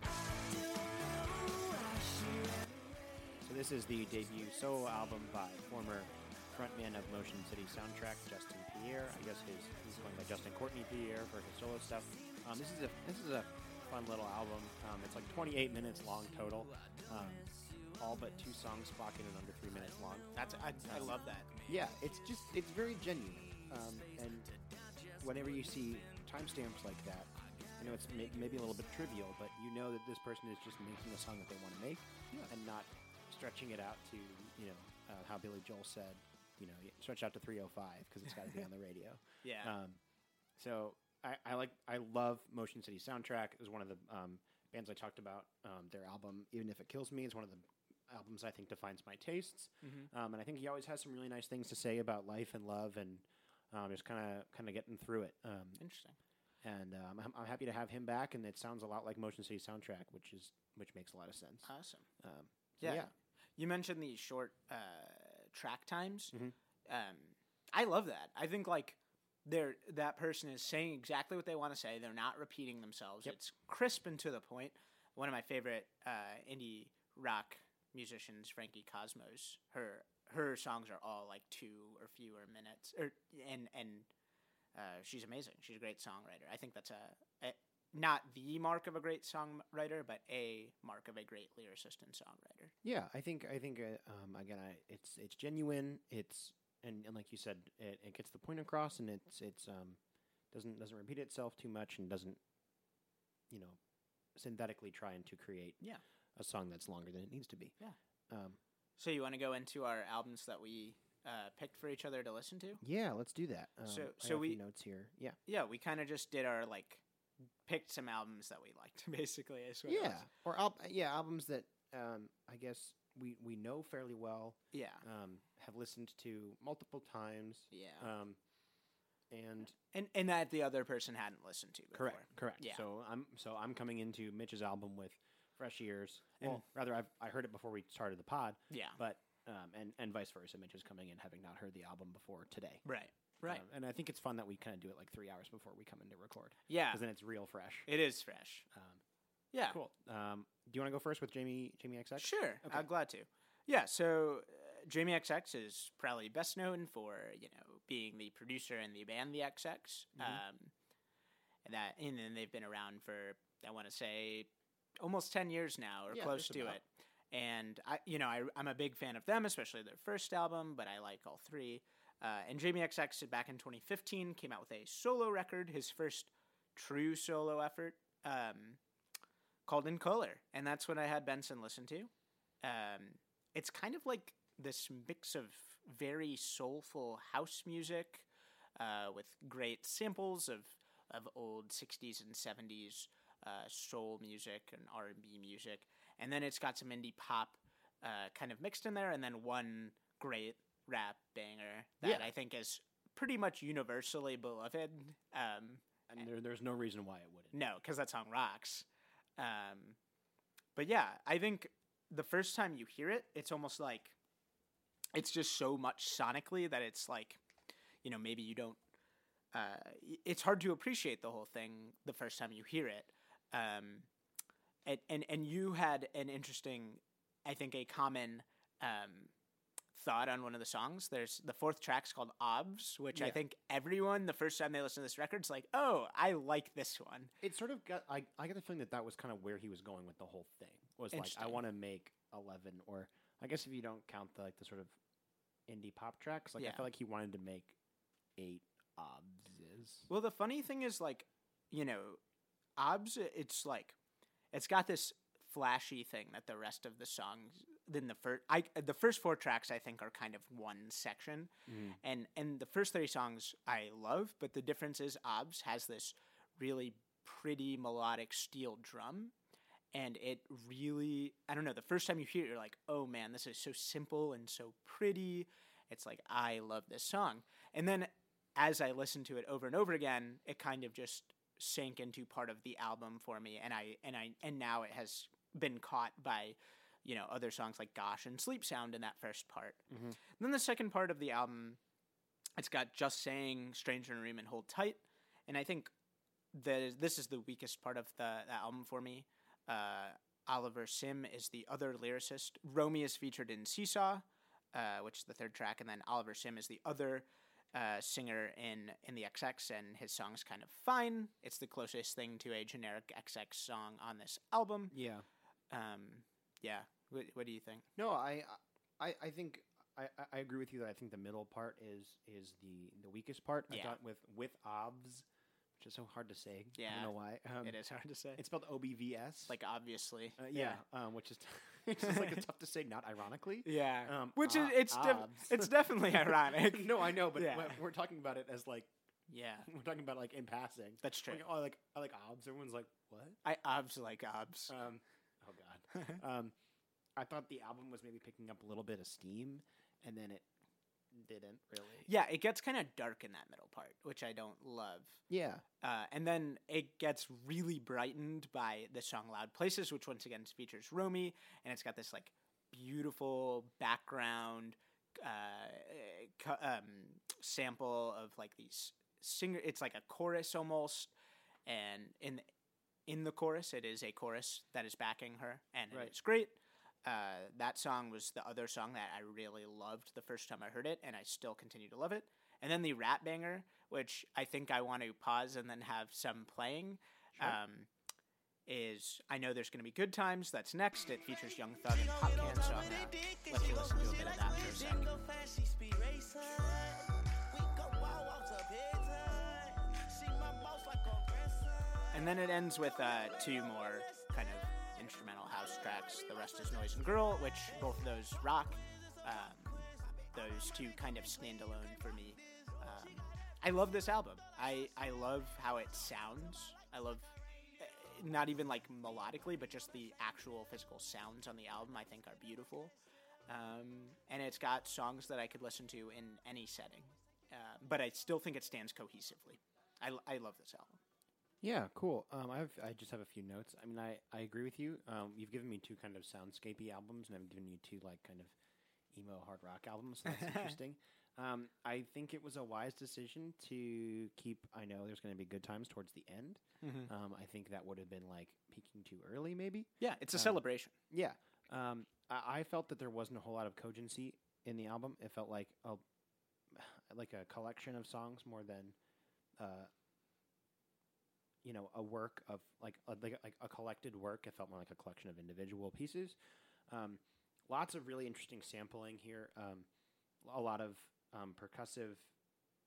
So this is the debut solo album by former frontman of Motion City Soundtrack, Justin Pierre. I guess his he's going by Justin Courtney Pierre for his solo stuff. Um, this is a this is a fun little album. Um, it's like 28 minutes long total. Um, all but two songs spocking in under three minutes long. That's I, I love that. Yeah, it's just it's very genuine, um, and whenever you see timestamps like that, I know it's may- maybe a little bit trivial, but you know that this person is just making the song that they want to make and not stretching it out to, you know, uh, how Billy Joel said, you know, stretch out to 305 because it's got to be on the radio. Yeah. Um, so I, I like I love Motion City soundtrack. It was one of the um, bands I talked about. Um, their album, even if it kills me, is one of the albums I think defines my tastes. Um, and I think he always has some really nice things to say about life and love and um, just kind of kind of getting through it. Um, Interesting. and um, I'm, I'm happy to have him back. And it sounds a lot like Motion City soundtrack, which is which makes a lot of sense. Awesome. Um, so Uh, Yeah. yeah. You mentioned the short uh, track times. Mhm. Um, I love that. I think like they're that person is saying exactly what they want to say. They're not repeating themselves. Yep. It's crisp and to the point. One of my favorite uh, indie rock musicians, Frankie Cosmos. Her her songs are all like two or fewer minutes, or and and uh, she's amazing. She's a great songwriter. I think that's a, a not the mark of a great songwriter, but a mark of a great lyricist and songwriter. Yeah, I think I think uh, um, again, I, it's it's genuine. It's and, and like you said, it, it gets the point across, and it's it's um, doesn't doesn't repeat itself too much, and doesn't you know synthetically trying to create Yeah. a song that's longer than it needs to be. Yeah. Um, So you want to go into our albums that we uh, picked for each other to listen to? yeah. Let's do that. Um, So- I got a so few we- notes here. Yeah. Yeah, we kind of just did our like picked some albums that we liked, [LAUGHS] basically. I swear. Yeah. Or al- yeah, albums that um, I guess we we know fairly well, yeah, um, have listened to multiple times, yeah. um, and Uh, and and that the other person hadn't listened to before. Correct. Correct. Yeah. So I'm so I'm coming into Mitch's album with fresh ears. And Well- rather, I've I heard it before we started the pod, Yeah. but um, and and vice versa. Mitch is coming in having not heard the album before today. Right. Right. Um, and I think it's fun that we kind of do it like three hours before we come in to record yeah. because then it's real fresh. It is fresh. Um, Yeah. Cool. Um, do you want to go first with Jamie Jamie XX? Sure. Okay. I'm glad to. Yeah. So uh, Jamie XX is probably best known for you know being the producer in the band The XX. Um, and that and then they've been around for I want to say almost ten years now or Yeah, close just to about. it. And I, you know, I, I'm a big fan of them, especially their first album, but I like all three. Uh, and Jamie XX back in 2015 came out with a solo record, his first true solo effort. Um, called In Color, and that's what I had Benson listen to. Um, it's kind of like this mix of very soulful house music uh, with great samples of of old '60s and '70s uh, soul music and R&B music, and then it's got some indie pop uh, kind of mixed in there, and then one great rap banger that Yeah. I think is pretty much universally beloved. Um, And there, there's no reason why it wouldn't. no, because that song rocks. Um, but yeah, I think the first time you hear it, it's almost like it's just so much sonically that it's like, you know, maybe you don't. Uh, y- it's hard to appreciate the whole thing the first time you hear it. Um, and, and and you had an interesting, I think, a common um, thought on one of the songs. There's the fourth track's called Obs, which I Yeah. think everyone the first time they listen to this record's like, oh, I like this one. It sort of got I I got the feeling that that was kind of where he was going with the whole thing. Was like I Interesting. want to make eleven, or I guess if you don't count the like the sort of indie pop tracks, like I Yeah. felt like he wanted to make eight obses. Well, the funny thing is, like, you know, OBS, it's like, it's got this flashy thing that the rest of the songs, then the first, I the first four tracks I think are kind of one section, Mhm. and and the first three songs I love, but the difference is OBS has this really pretty melodic steel drum. And it really, I don't know, the first time you hear it, you're like, oh man, this is so simple and so pretty. It's like, I love this song. And then as I listened to it over and over again, it kind of just sank into part of the album for me and I and I and now it has been caught by you know other songs like Gosh and Sleep Sound in that first part. Mhm. Then the second part of the album it's got Just Saying, Stranger in a Room and Hold Tight and I think the this is the weakest part of the, the album for me. Uh, Oliver Sim is the other lyricist. Romy is featured in Seesaw, uh, which is the third track, and then Oliver Sim is the other uh, singer in in the XX, and his song's kind of fine. It's the closest thing to a generic XX song on this album. Yeah. Um, yeah. What, what do you think? No, I I I think I, I- I agree with you that I think the middle part is is the the weakest part. I Yeah. thought with with obs, which is so hard to say. I Yeah. don't know why. Um, it is hard to say. It's spelled O B V S. like obviously. uh, yeah, Um, which is [LAUGHS] which is like it's tough to say, not ironically. Yeah. Um, Which is ob- it's def- obs. [LAUGHS] it's definitely ironic. no, I know, but Yeah. we're- we're talking about it as like Yeah. we're talking about like in passing. That's true. Like, oh, I like I like obs. Everyone's like, what? I obs like obs. Um, oh [LAUGHS] god. um, I thought the album was maybe picking up a little bit of steam, and then it didn't really. yeah, it gets kind of dark in that middle part, which I don't love. Yeah. Uh, and then it gets really brightened by the song Loud Places, which once again features Romy, and it's got this like beautiful background uh, co- um, sample of like these singer. It's like a chorus almost, and in in the chorus, it is a chorus that is backing her, and Right. it's great. Uh, that song was the other song that I really loved the first time I heard it, and I still continue to love it. And then the rap banger, which I think I want to pause and then have some playing, Sure. um, is I Know There's Gonna Be Good Times. That's next. It features Young Thug and Pop Can, so I'm gonna let you listen to a bit of that for a sec. go fast, she speed racer. We go wild, walks up heads high. She my boss like a dresser. And then it ends with uh, two more kind of instrumental house tracks. The rest is Noise and Girl, which both of those rock. Um, those two kind of stand alone for me. Um, I love this album. I, I love how it sounds. I love uh, not even like melodically, but just the actual physical sounds on the album, I think are beautiful. Um, and it's got songs that I could listen to in any setting. Uh, but I still think it stands cohesively. I, l- I love this album. Yeah, cool. Um, I have, I just have a few notes. I mean, I, I agree with you. Um, you've given me two kind of soundscapey albums, and I've given you two like kind of emo hard rock albums. So that's interesting. Um, I think it was a wise decision to keep. I know there's going to be good times towards the end. Mhm. Um, I think that would have been like peaking too early, maybe. Yeah, Uh, it's a Um, celebration. Yeah. Um, I, I felt that there wasn't a whole lot of cogency in the album. It felt like a [SIGHS] like a collection of songs more than, uh, you know, a work of like a, like like a collected work. It felt more like a collection of individual pieces. Um, lots of really interesting sampling here. Um, a lot of um, percussive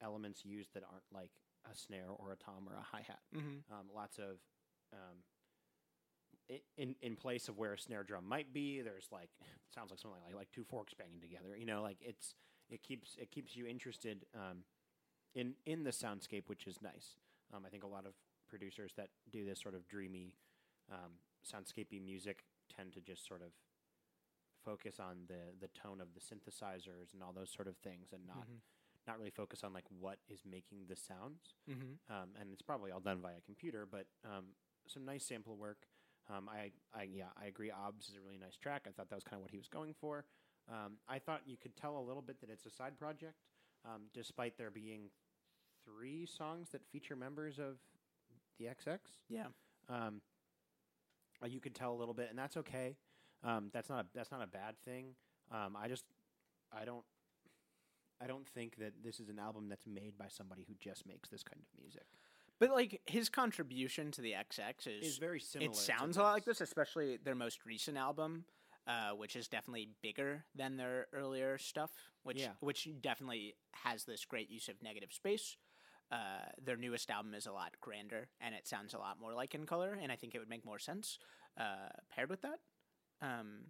elements used that aren't like a snare or a tom or a hi hat Mm-hmm. um, lots of um, i- in in place of where a snare drum might be. There's like [LAUGHS] sounds like something like like two forks banging together. You know, like it's it keeps it keeps you interested um, in in the soundscape, which is nice. Um, I think a lot of producers that do this sort of dreamy um, soundscapey music tend to just sort of focus on the the tone of the synthesizers and all those sort of things, and not Mhm. not really focus on like what is making the sounds Mm-hmm. um, and it's probably all done via computer, but um, some nice sample work. Um, I, I, yeah, I agree. Obs is a really nice track. I thought that was kind of what he was going for. Um, I thought you could tell a little bit that it's a side project, um, despite there being three songs that feature members of the XX. Yeah. Um, uh, you could tell a little bit, and that's okay. Um, that's not a, that's not a bad thing. Um, I just, I don't. I don't think that this is an album that's made by somebody who just makes this kind of music. But like his contribution to the XX is, is very similar. it sounds a lot like this, especially their most recent album, uh, which is definitely bigger than their earlier stuff, which Yeah. which definitely has this great use of negative space. Uh, their newest album is a lot grander, and it sounds a lot more like In Color, and I think it would make more sense uh, paired with that. Um,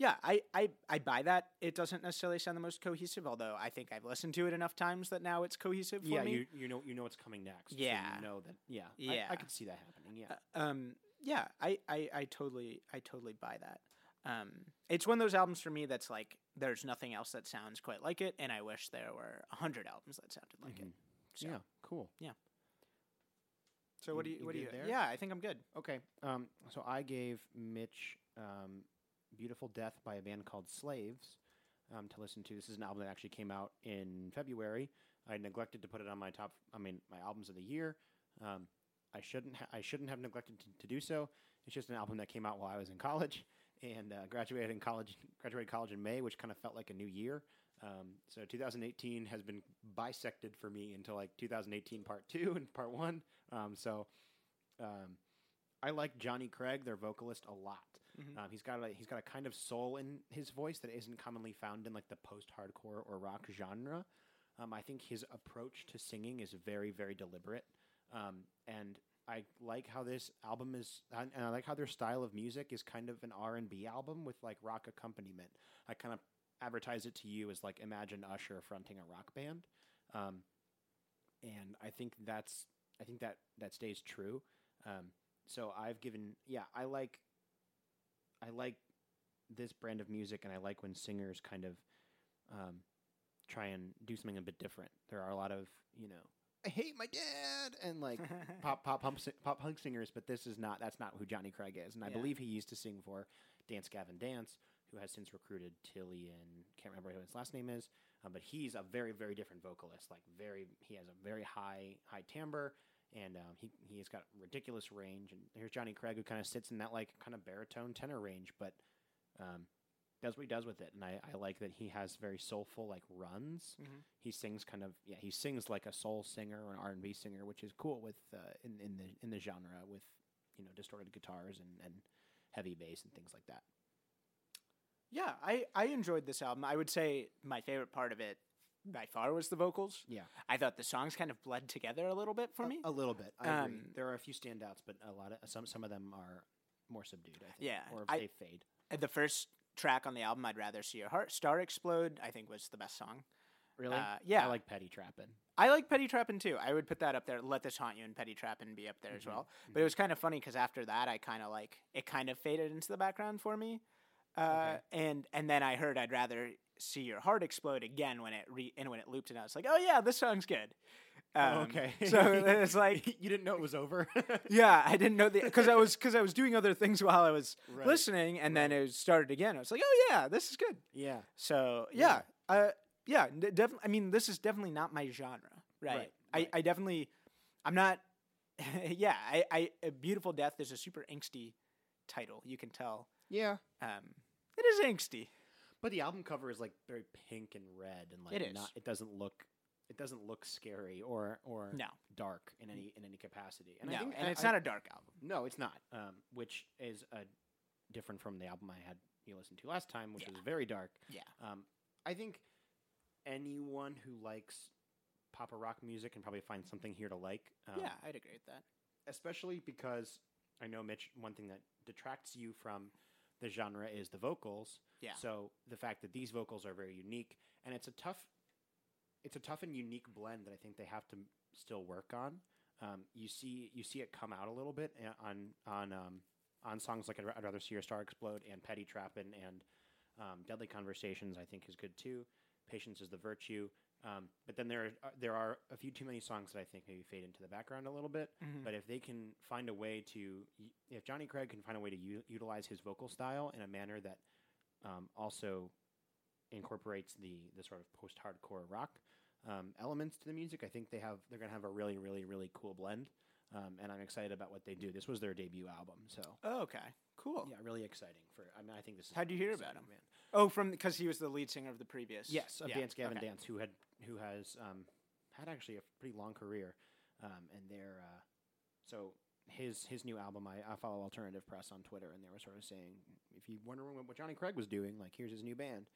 yeah, I, I, I buy that. It doesn't necessarily sound the most cohesive, although I think I've listened to it enough times that now it's cohesive for Yeah, me. you you know you know what's coming next. so Yeah. you know that. Yeah, I, Yeah. I could see that happening. Yeah, um yeah I, I i totally i totally buy that um it's one of those albums for me that's like there's nothing else that sounds quite like it and i wish there were a 100 albums that sounded like it so- Mm-hmm. yeah, cool. so what do You- you, you what do you good there? yeah i think i'm good Okay, um, so I gave Mitch um, "Beautiful Death" by a band called Slaves um, to listen to. This is an album that actually came out in February. I neglected to put it on my top. I mean, my albums of the year. Um, I shouldn't. Ha- I shouldn't have neglected to, to do so. It's just an album that came out while I was in college [LAUGHS] and uh, graduated in college. Graduated college in May, which kind of felt like a new year. Um, so 2018 has been bisected for me into like 2018 part two and part one. Um, so um, I like Johnny Craig, their vocalist, a lot. Mhm. Um, he's got a he's got a kind of soul in his voice that isn't commonly found in like the post hardcore or rock genre. Um, I think his approach to singing is very very deliberate. Um, and I like how this album is, and and I like how their style of music is kind of an R and B album with like rock accompaniment. I kind of advertise it to you as like imagine Usher fronting a rock band, um, and I think that's I think that that stays true. Um, so I've given yeah I like I like this brand of music, and I like when singers kind of um, try and do something a bit different. There are a lot of you know I hate my dad and like [LAUGHS] pop pop punk, si- pop punk singers, but this is not that's not who Johnny Craig is, and I Yeah. believe he used to sing for Dance Gavin Dance, who has since recruited Tilly and can't remember who his last name is, um, but he's a very very different vocalist. Like very, he has a very high high timbre, and um, he he has got ridiculous range. And here's Johnny Craig, who kind of sits in that like kind of baritone tenor range, but um, does what he does with it. And I, I like that he has very soulful like runs. Mhm. He sings kind of yeah, he sings like a soul singer or an R and B singer, which is cool with uh, in in the in the genre with you know distorted guitars and and heavy bass and things like that. Yeah, I, I enjoyed this album. I would say my favorite part of it by far was the vocals. Yeah, Uh, I thought the songs kind of bled together a little bit for me. a, little bit. I agree. Um, There are a few standouts, but a lot of some some of them are more subdued. I think. Yeah, or I- they fade. the first track on the album, I'd rather see your heart star explode. I think was the best song. Really? uh, yeah. I like petty [LAUGHS] trappin'. I like Petty Trappin too. I would put that up there. Let this haunt you and Petty Trappin be up there Mm-hmm, as well. But it was kind of funny because after that, I kind of like it kind of faded into the background for me. Uh, And and then I heard I'd rather see your heart explode again when it re and when it looped and I was like, oh yeah, this song's good. Um, Oh, okay. so it's like [LAUGHS] you didn't know it was [LAUGHS] over. yeah, I didn't know the because I was because I was doing other things [LAUGHS] while I was Right, listening, and then it started again. I was like, oh yeah, this is good. yeah. So yeah, Yeah. uh, yeah, d- definitely. I mean, this is definitely not my genre, right? Right, right. I, I definitely, I'm not. [LAUGHS] yeah, I, I, A beautiful death is a super angsty title. You can tell. Yeah. Um, it is angsty. But the album cover is like very pink and red, and like It Not, is. it doesn't look it doesn't look scary or or No. dark in any in any capacity. And I no, think and I- it's I- not a dark album. no, it's not. Um, which is uh, different from the album I had you listened to last time, which Yeah. was very dark. Yeah. Um, I think anyone who likes papa rock music can probably find something here to like. Um, yeah, I'd agree with that. especially because I know Mitch. One thing that detracts you from the genre is the vocals. Yeah. So the fact that these vocals are very unique, and it's a tough, it's a tough and unique blend that I think they have to m- still work on. Um, you see, you see it come out a little bit a- on on um, on songs like I'd, Ra- I'd rather see your star explode and Petty Trappin and um, Deadly Conversations. I think is good too. Patience is the virtue. Um, but then there are, there are a few too many songs that I think maybe fade into the background a little bit. Mhm. But if they can find a way to, y- if Johnny Craig can find a way to u- utilize his vocal style in a manner that um, also incorporates the the sort of post hardcore rock um, elements to the music, I think they have they're gonna have a really really really cool blend. Um, and I'm excited about what they do. This was their debut album, so Oh, okay, cool. yeah, really exciting. For I mean, I think this is How'd you really hear about exciting, him? Oh, from because he was the lead singer of the previous. Yes, of yeah, Dance Gavin okay. Dance, who had who has um, had actually a pretty long career, um, and they're uh, so his his new album. I, I follow alternative press on Twitter, and they were sort of saying, if you wonder what, what Johnny Craig was doing, like here's his new band,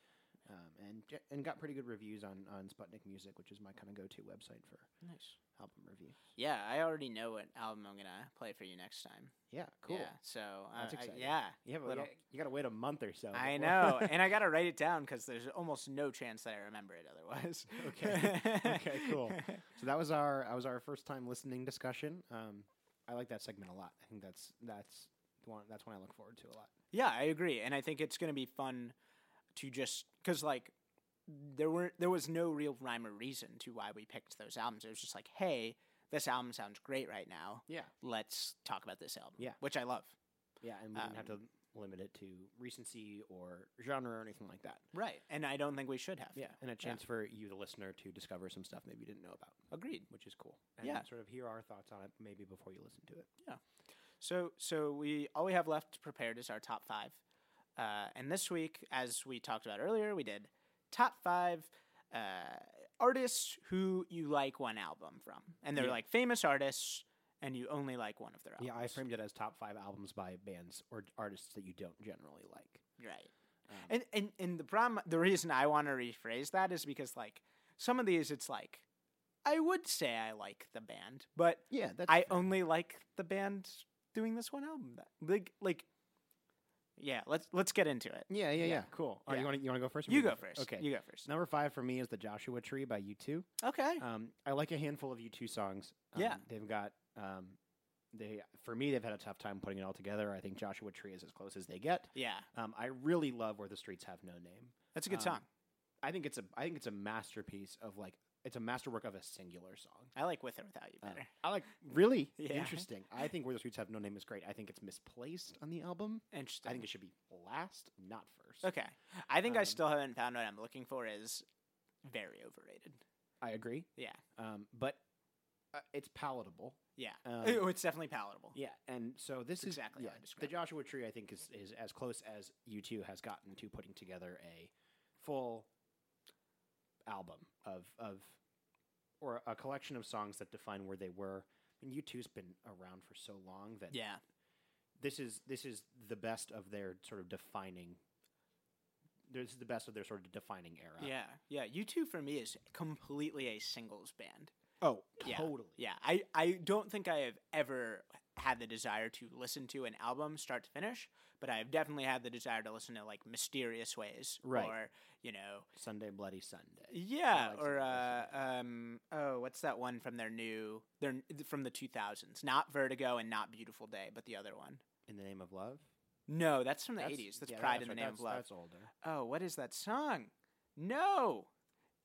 um, and j- and got pretty good reviews on on Sputnik Music, which is my kind of go to website for Nice. album review. Yeah, I already know what album I'm gonna play for you next time. Yeah, cool. Yeah, so uh, That's I- exciting. yeah, You have a, Little- you, got to wait a month or so. I before- know, [LAUGHS] and I gotta write it down because there's almost no chance that I remember it otherwise. Okay. [LAUGHS] Okay, cool. So that was our that was our first time listening discussion. Um, I like that segment a lot. I think that's that's the one that's one I look forward to a lot. Yeah, I agree, and I think it's gonna be fun to just because like there were there was no real rhyme or reason to why we picked those albums. It was just like, hey, this album sounds great right now. Yeah, Let's talk about this album. Yeah. which I love. yeah, and we didn't have to limit it to recency or genre or anything like that. Right, and I don't think we should have. to. and a chance for you, the listener, to discover some stuff maybe you didn't know about, agreed. which is cool. And Yeah. sort of hear our thoughts on it maybe before you listen to it. So so we all we have left prepared is our top five, uh, and this week, as we talked about earlier, we did top five uh, artists who you like one album from, and they're Yeah. like famous artists, and you only like one of their albums. Yeah, I framed it as top five albums by bands or artists that you don't generally like. right. Um, And and and the problem, the reason I want to rephrase that is because like some of these, it's like I would say I like the band, but Yeah, that's I fair. only like the band doing this one album. That- Like, like, yeah. Let's let's get into it. Yeah, yeah, yeah. Cool. All right, Yeah. you want to you want to go first? or You me go fir- first. Okay. you go first. Uh, Number five for me is the Joshua Tree by U2. Okay. Um, I like a handful of U2 songs. Um, Yeah. they've got um, they for me they've had a tough time putting it all together. I think Joshua Tree is as close as they get. yeah, Um, I really love Where the Streets Have No Name. that's a good um, song. I think it's a I think it's a masterpiece of like it's a masterwork of a singular song. I like with or without you Uh, better. I like really Yeah. interesting. I think Where the Streets Have No Name is great. I think it's misplaced on the album. Interesting. I think it should be last, not first. Okay. I think I Um, still haven't found what I'm looking for is very overrated. I agree. Yeah. Um, but uh, it's palatable. Yeah. [LAUGHS] Um, oh, it's definitely palatable. Yeah, and so this It's is exactly yeah, how I described the it. Joshua Tree. I think is is as close as U two has gotten to putting together a full album of of or a collection of songs that define where they were. I mean, U two's been around for so long that Yeah. this is this is the best of their sort of defining. This is the best of their sort of defining era. Yeah. Yeah. You two for me is completely a singles band. Oh, Yeah. totally. Yeah. I, I don't think I have ever had the desire to listen to an album start to finish, but I have definitely had the desire to listen to like Mysterious Ways. Right. Or, you know, Sunday Bloody Sunday. Yeah, like or uh, Sunrise um, oh, what's that one from their new? Their n- from the two thousands, not Vertigo and not Beautiful Day, but the other one. In the name of love. No, that's from the That's- eighties. That's, yeah, Pride in the right, Name that's- of Love. That's older. Oh, what is that song? No,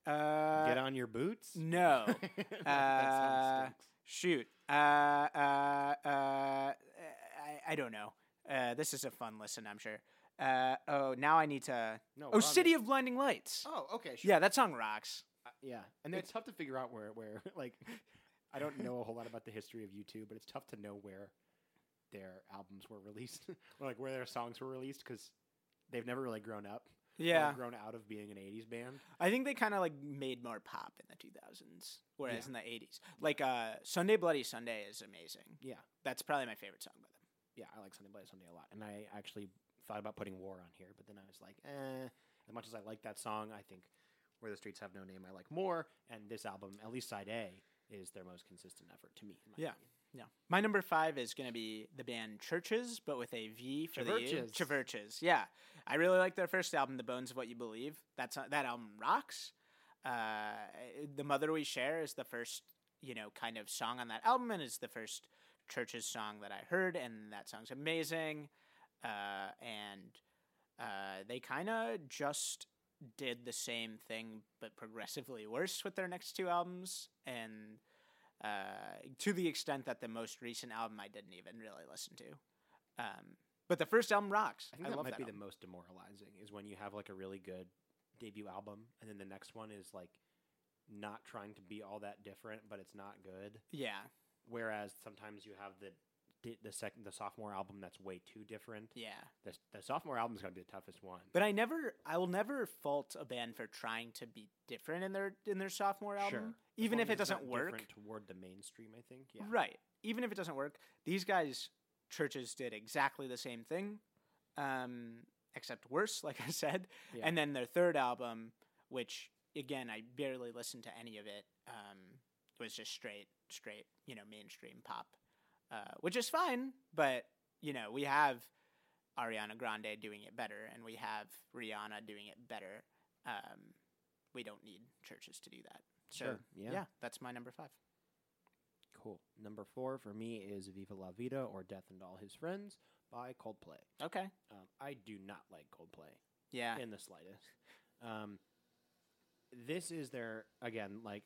uh, Get on your boots. [LAUGHS] no, that song Uh, stinks. shoot, uh, uh, uh, I, I don't know. Uh, this is a fun listen, I'm sure. Uh, oh, now I need to. No, we're oh, on City it. of Blinding Lights. Oh, okay. Sure. yeah, that song rocks. Uh, yeah. And it's tough to figure out where where [LAUGHS] like I don't know a whole lot about the history of U2, but it's tough to know where their albums were released, [LAUGHS] or like where their songs were released, because they've never really grown up. They've Yeah. grown out of being an '80s band. I think they kind of like made more pop in the 2000s, whereas in the 80s, like uh, Sunday Bloody Sunday is amazing. Yeah. That's probably my favorite song by them. Yeah, I like Sunday Bloody Sunday a lot, and I actually thought about putting War on here, but then I was like, eh. As much as I like that song, I think Where the Streets Have No Name, I like more, and this album, at least side A, is their most consistent effort to me. In my Yeah. opinion. Yeah. My number five is going to be the band Churches, but with a V for Churches. the U. Churches. Yeah. I really like their first album, The Bones of What You Believe. That's uh, that album rocks. Uh, the Mother We Share is the first, you know, kind of song on that album, and it's the first Churches song that I heard, and that song's amazing. Uh, and uh, they kind of just did the same thing, but progressively worse with their next two albums, and uh, to the extent that the most recent album I didn't even really listen to. Um, but the first album rocks. I I, think that love might that be album. the most demoralizing is when you have like a really good debut album, and then the next one is like not trying to be all that different, but it's not good. yeah, Whereas sometimes you have the di- the second the sophomore album that's way too different. yeah. The, s- the sophomore album is going to be the toughest one. But I never, I will never fault a band for trying to be different in their in their sophomore album, Sure. As even long as if it it's not doesn't work. different toward the mainstream, I think. Yeah. Right. Even if it doesn't work, these guys churches did exactly the same thing, um, except worse, [LAUGHS] like I said. Yeah. And then their third album, which again I barely listened to any of it, um, was just straight, straight, you know, mainstream pop, uh, which is fine. But you know, we have Ariana Grande doing it better, and we have Rihanna doing it better. Um, we don't need churches to do that. So, Sure. Yeah. yeah, that's my number five. Cool. Number four for me is Viva La Vida or Death and All His Friends by Coldplay. Okay. Um, I do not like Coldplay. Yeah. in the slightest. Um, this is their again, like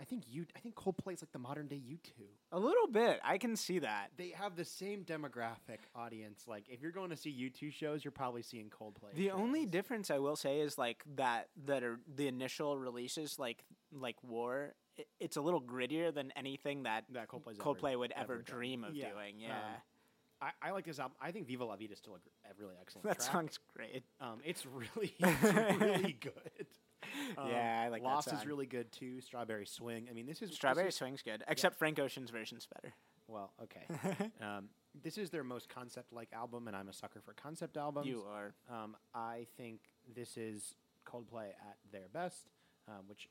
I think you, I think Coldplay is like the modern day U two. A little bit. I can see that. They have the same demographic audience. Like if you're going to see U two shows, you're probably seeing Coldplay. The only shows. difference I will say is like that that are the initial releases like like War. i it's a little grittier than anything that that Coldplay's ever- Coldplay would ever, done. dream of Yeah, doing. um, Yeah, [LAUGHS] I, I like this album. I think Viva La Vida is still a, gr- a really excellent. that track. song's great. [LAUGHS] Um, it's [LAUGHS] really, it's really good. Um, Yeah, I like that Lost is song. really good too. Strawberry Swing. I mean, this is this Strawberry is- Swing's good, except Frank Ocean's version's better. Well, [LAUGHS] [LAUGHS] okay. um, this is their most concept-like album, and I'm a sucker for concept albums. You are Um, I think this is Coldplay at their best, um, which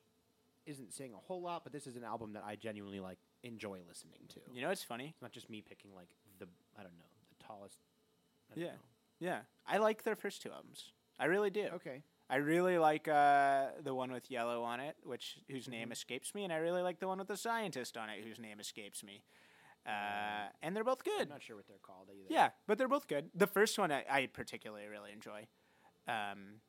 isn't saying a whole lot, but this is an album that I genuinely like enjoy listening to. You know what's funny? It's not just me picking like the I don't know the tallest. I don't Yeah. know. Yeah. I like their first two albums. I really do. Okay. I really like uh, the one with yellow on it, which whose Mm-hmm. name escapes me, and I really like the one with the scientist on it, whose name escapes me. Uh, and they're both Mm. I'm good. not sure what they're called either. Yeah, but they're both good. The first one I, I particularly really enjoy. Um,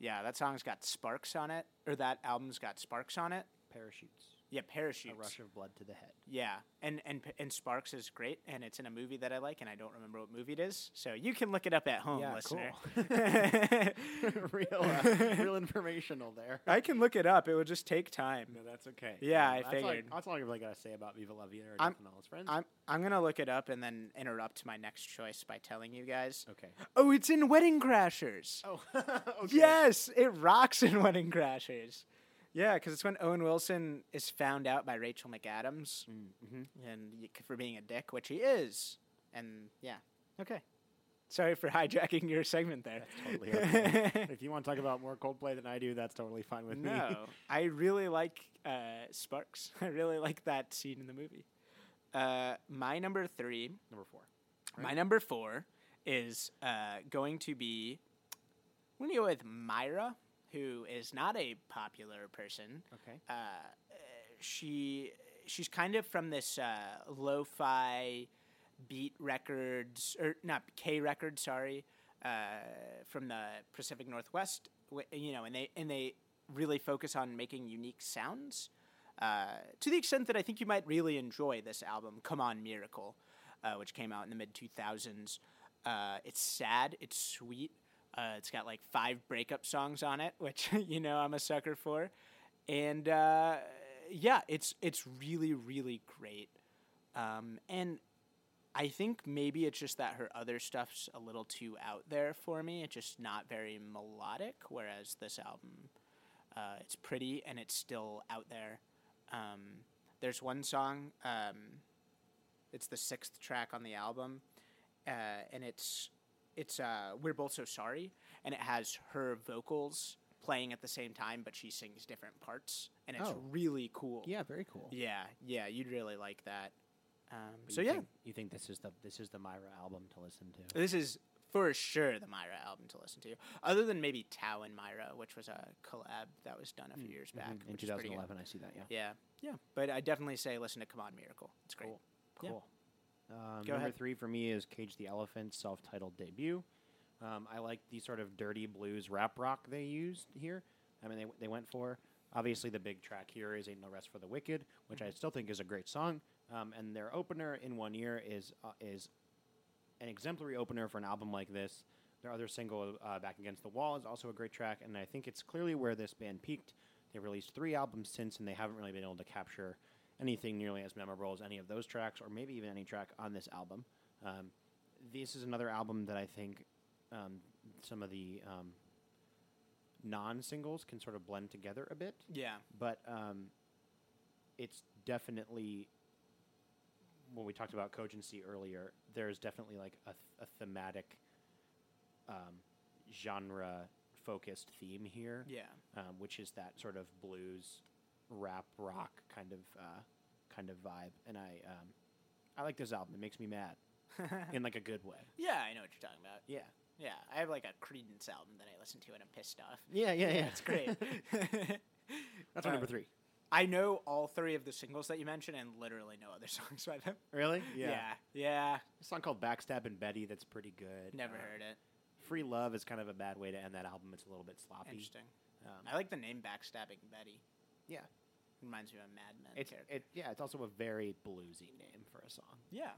yeah, that song's got sparks on it, or that album's got sparks on it. Parachutes. Yeah, parachutes. A rush of blood to the head. Yeah, and and and Sparks is great, and it's in a movie that I like, and I don't remember what movie it is, so you can look it up at home, Yeah, listener. [LAUGHS] [LAUGHS] real, [LAUGHS] uh, real informational there. [LAUGHS] I can look it up. It would just take time. No, that's okay. Yeah, Um, I that's all figured. that's all I really gotta say about Viva La Vida or I'm- nothing else, friends. I'm I'm gonna look it up and then interrupt my next choice by telling you guys. okay. Oh, it's in Wedding Crashers. Oh, [LAUGHS] okay. Yes, it rocks in [LAUGHS] Wedding Crashers. Yeah, because it's when Owen Wilson is found out by [LAUGHS] Rachel McAdams Mm-hmm. and y- for being a dick, which he is. And yeah, Okay. sorry for [LAUGHS] hijacking your segment there. [LAUGHS] Totally. okay. if you want to talk about more Coldplay than I do, that's totally fine with me. [LAUGHS] [LAUGHS] no, I really like uh, Sparks. [LAUGHS] I really like that scene in the movie. Uh, my number three, Number four. my number four is uh, going to be. We're gonna go with Myra, who is not a popular person. Okay. Uh, she she's kind of from this uh, lo-fi beat records or not K records, sorry, uh, from the Pacific Northwest. wh- You know, and they and they really focus on making unique sounds uh, to the extent that I think you might really enjoy this album, "Come On Miracle," uh, which came out in the mid two thousands. Uh, it's sad, it's sweet. Uh, it's got like five breakup songs on it, [LAUGHS] which you know I'm a sucker for, and uh, yeah, it's it's really really great. Um, and I think maybe it's just that her other stuff's a little too out there for me. It's just not very melodic, whereas this album, uh, it's pretty and it's still out there. Um, there's one song, um, it's the sixth track on the album, uh, and it's it's uh, "We're Both So Sorry," and it has her vocals playing at the same time, but she sings different parts, and it's Oh. really cool. Yeah, very cool. yeah, yeah, you'd really like that. Um, But so you yeah, think, you think this is the this is the Myra album to listen to? this is for sure the Myra album to listen to, other than maybe Tao and Myra, which was a collab that was done a few years back Mm, mm-hmm, in which is pretty good. 2011, I see that. Yeah. Yeah, yeah, but I definitely say listen to "Come On Miracle." It's great. Cool. Yeah. Cool. Um, Go number ahead. three for me is Cage the Elephant's self-titled debut. Um, I like the sort of dirty blues rap rock they used here. I mean, they, they went for obviously the big track here is "Ain't No Rest for the Wicked," which Mm-hmm. I still think is a great song. Um, and their opener in one year is uh, is an exemplary opener for an album like this. Their other single, uh, Back Against the Wall, is also a great track, and I think it's clearly where this band peaked. They've released three albums since, and they haven't really been able to capture anything nearly as memorable as any of those tracks, or maybe even any track on this album. Um, this is another album that I think um, some of the um, non singles can sort of blend together a bit Yeah, but um, it's definitely when we talked about cogency earlier. There's definitely like a, th- a thematic, um, genre-focused theme here, yeah, um, which is that sort of blues, rap, rock kind of uh, kind of vibe. And I um, I like this album. It makes me mad in like a good way. [LAUGHS] yeah. I know what you're talking about. Yeah. Yeah, I have like a Credence album that I listen to and I'm pissed off. Yeah, yeah, yeah. [LAUGHS] It's great. That's my Uh, number three. I know all three of the singles that you mentioned and literally no other [LAUGHS] songs by them. Really? yeah, yeah. A song called "Backstab and Betty" that's pretty good. Never Um, heard it. Free Love is kind of a bad way to end that album. It's a little bit sloppy. Interesting. Um, I like the name Backstabbing Betty. Yeah. Reminds me of a Mad Men it's character. it, yeah, it's also a very bluesy name for a song. yeah.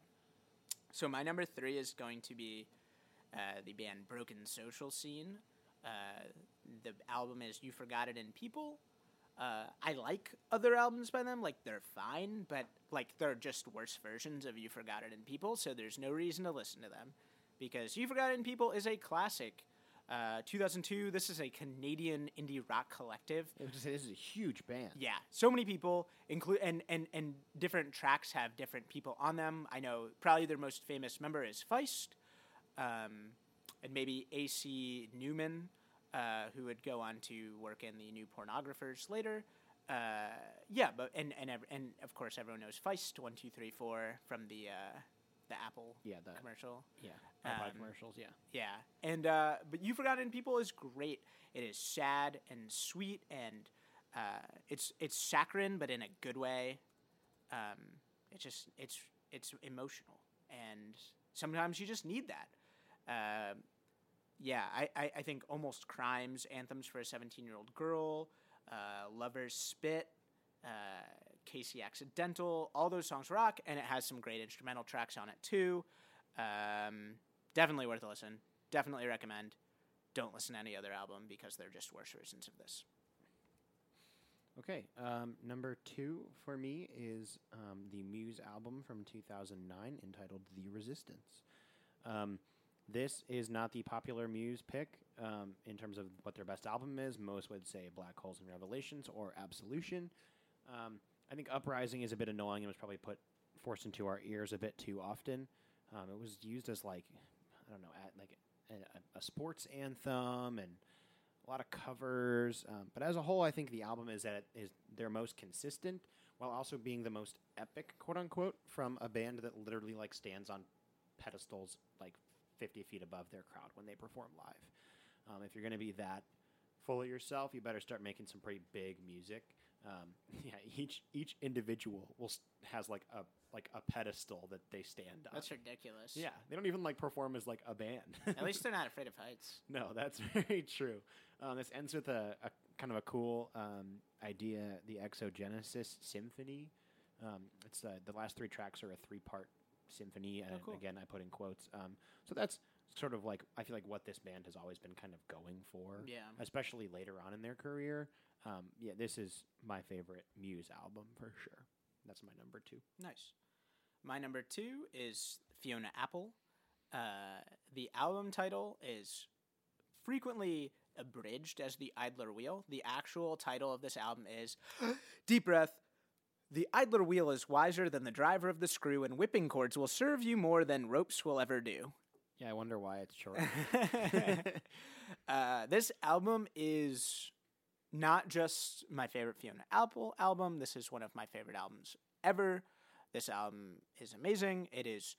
So my number three is going to be uh, the band Broken Social Scene. Uh, the album is You Forgot It in People. Uh, I like other albums by them, like they're fine, but like they're just worse versions of You Forgot It in People, so there's no reason to listen to them because You Forgot It in People is a classic. Uh, 2002, this is a Canadian indie rock collective this is a huge band. Yeah, so many people include and, and and different tracks have different people on them. I know probably their most famous member is Feist, um, and maybe AC Newman, uh, who would go on to work in the New Pornographers later. uh, yeah, but and and ev- and of course everyone knows Feist one two three four from the uh, the Apple Yeah, the commercial. yeah, iPod Um, commercials. Yeah, Yeah, and uh, but you forgotten people is great. It is sad and sweet, and uh, it's it's saccharine, but in a good way. Um, it's just it's it's emotional, and sometimes you just need that. Um yeah, I, I I think almost crimes anthems for a seventeen year old girl, uh, lovers spit. Uh, Casey Accidental, all those songs rock, and it has some great instrumental tracks on it too. Um, definitely worth a listen. Definitely recommend. Don't listen to any other album because they're just worse versions of this. Okay, um, number two for me is um, the Muse album from 2009 entitled The Resistance. Um, this is not the popular Muse pick um, in terms of what their best album is. Most would say Black Holes and Revelations or Absolution. Um, I think Uprising is a bit annoying and was probably put forced into our ears a bit too often. Um, it was used as like I don't know, at like a, a sports anthem and a lot of covers. Um, but as a whole, I think the album is at is their most consistent, while also being the most epic, quote unquote, from a band that literally like stands on pedestals like 50 feet above their crowd when they perform live. Um, if you're going to be that full of yourself, you better start making some pretty big music. Um, [LAUGHS] yeah, each each individual will s has like a like a pedestal that they stand on. That's ridiculous. Yeah, they don't even like perform as like a band. At least they're not afraid of heights. [LAUGHS] No, that's [LAUGHS] very true. Um, this ends with a, a kind of a cool um, idea, the Exogenesis Symphony. Um, it's uh, the last three tracks are a three-part symphony, and cool. again, I put in quotes. Um, so that's sort of like I feel like what this band has always been kind of going for, Yeah. especially later on in their career. Um, yeah, this is my favorite Muse album for sure. That's my number two. Nice. My number two is Fiona Apple. Uh, the album title is frequently abridged as The Idler Wheel. The actual title of this album is [GASPS] Deep Breath. The idler wheel is wiser than the driver of the screw, and whipping cords will serve you more than ropes will ever do. Yeah, I wonder why it's [LAUGHS] short. [LAUGHS] uh, this album is not just my favorite Fiona Apple album. This is one of my favorite albums ever. This album is amazing. It is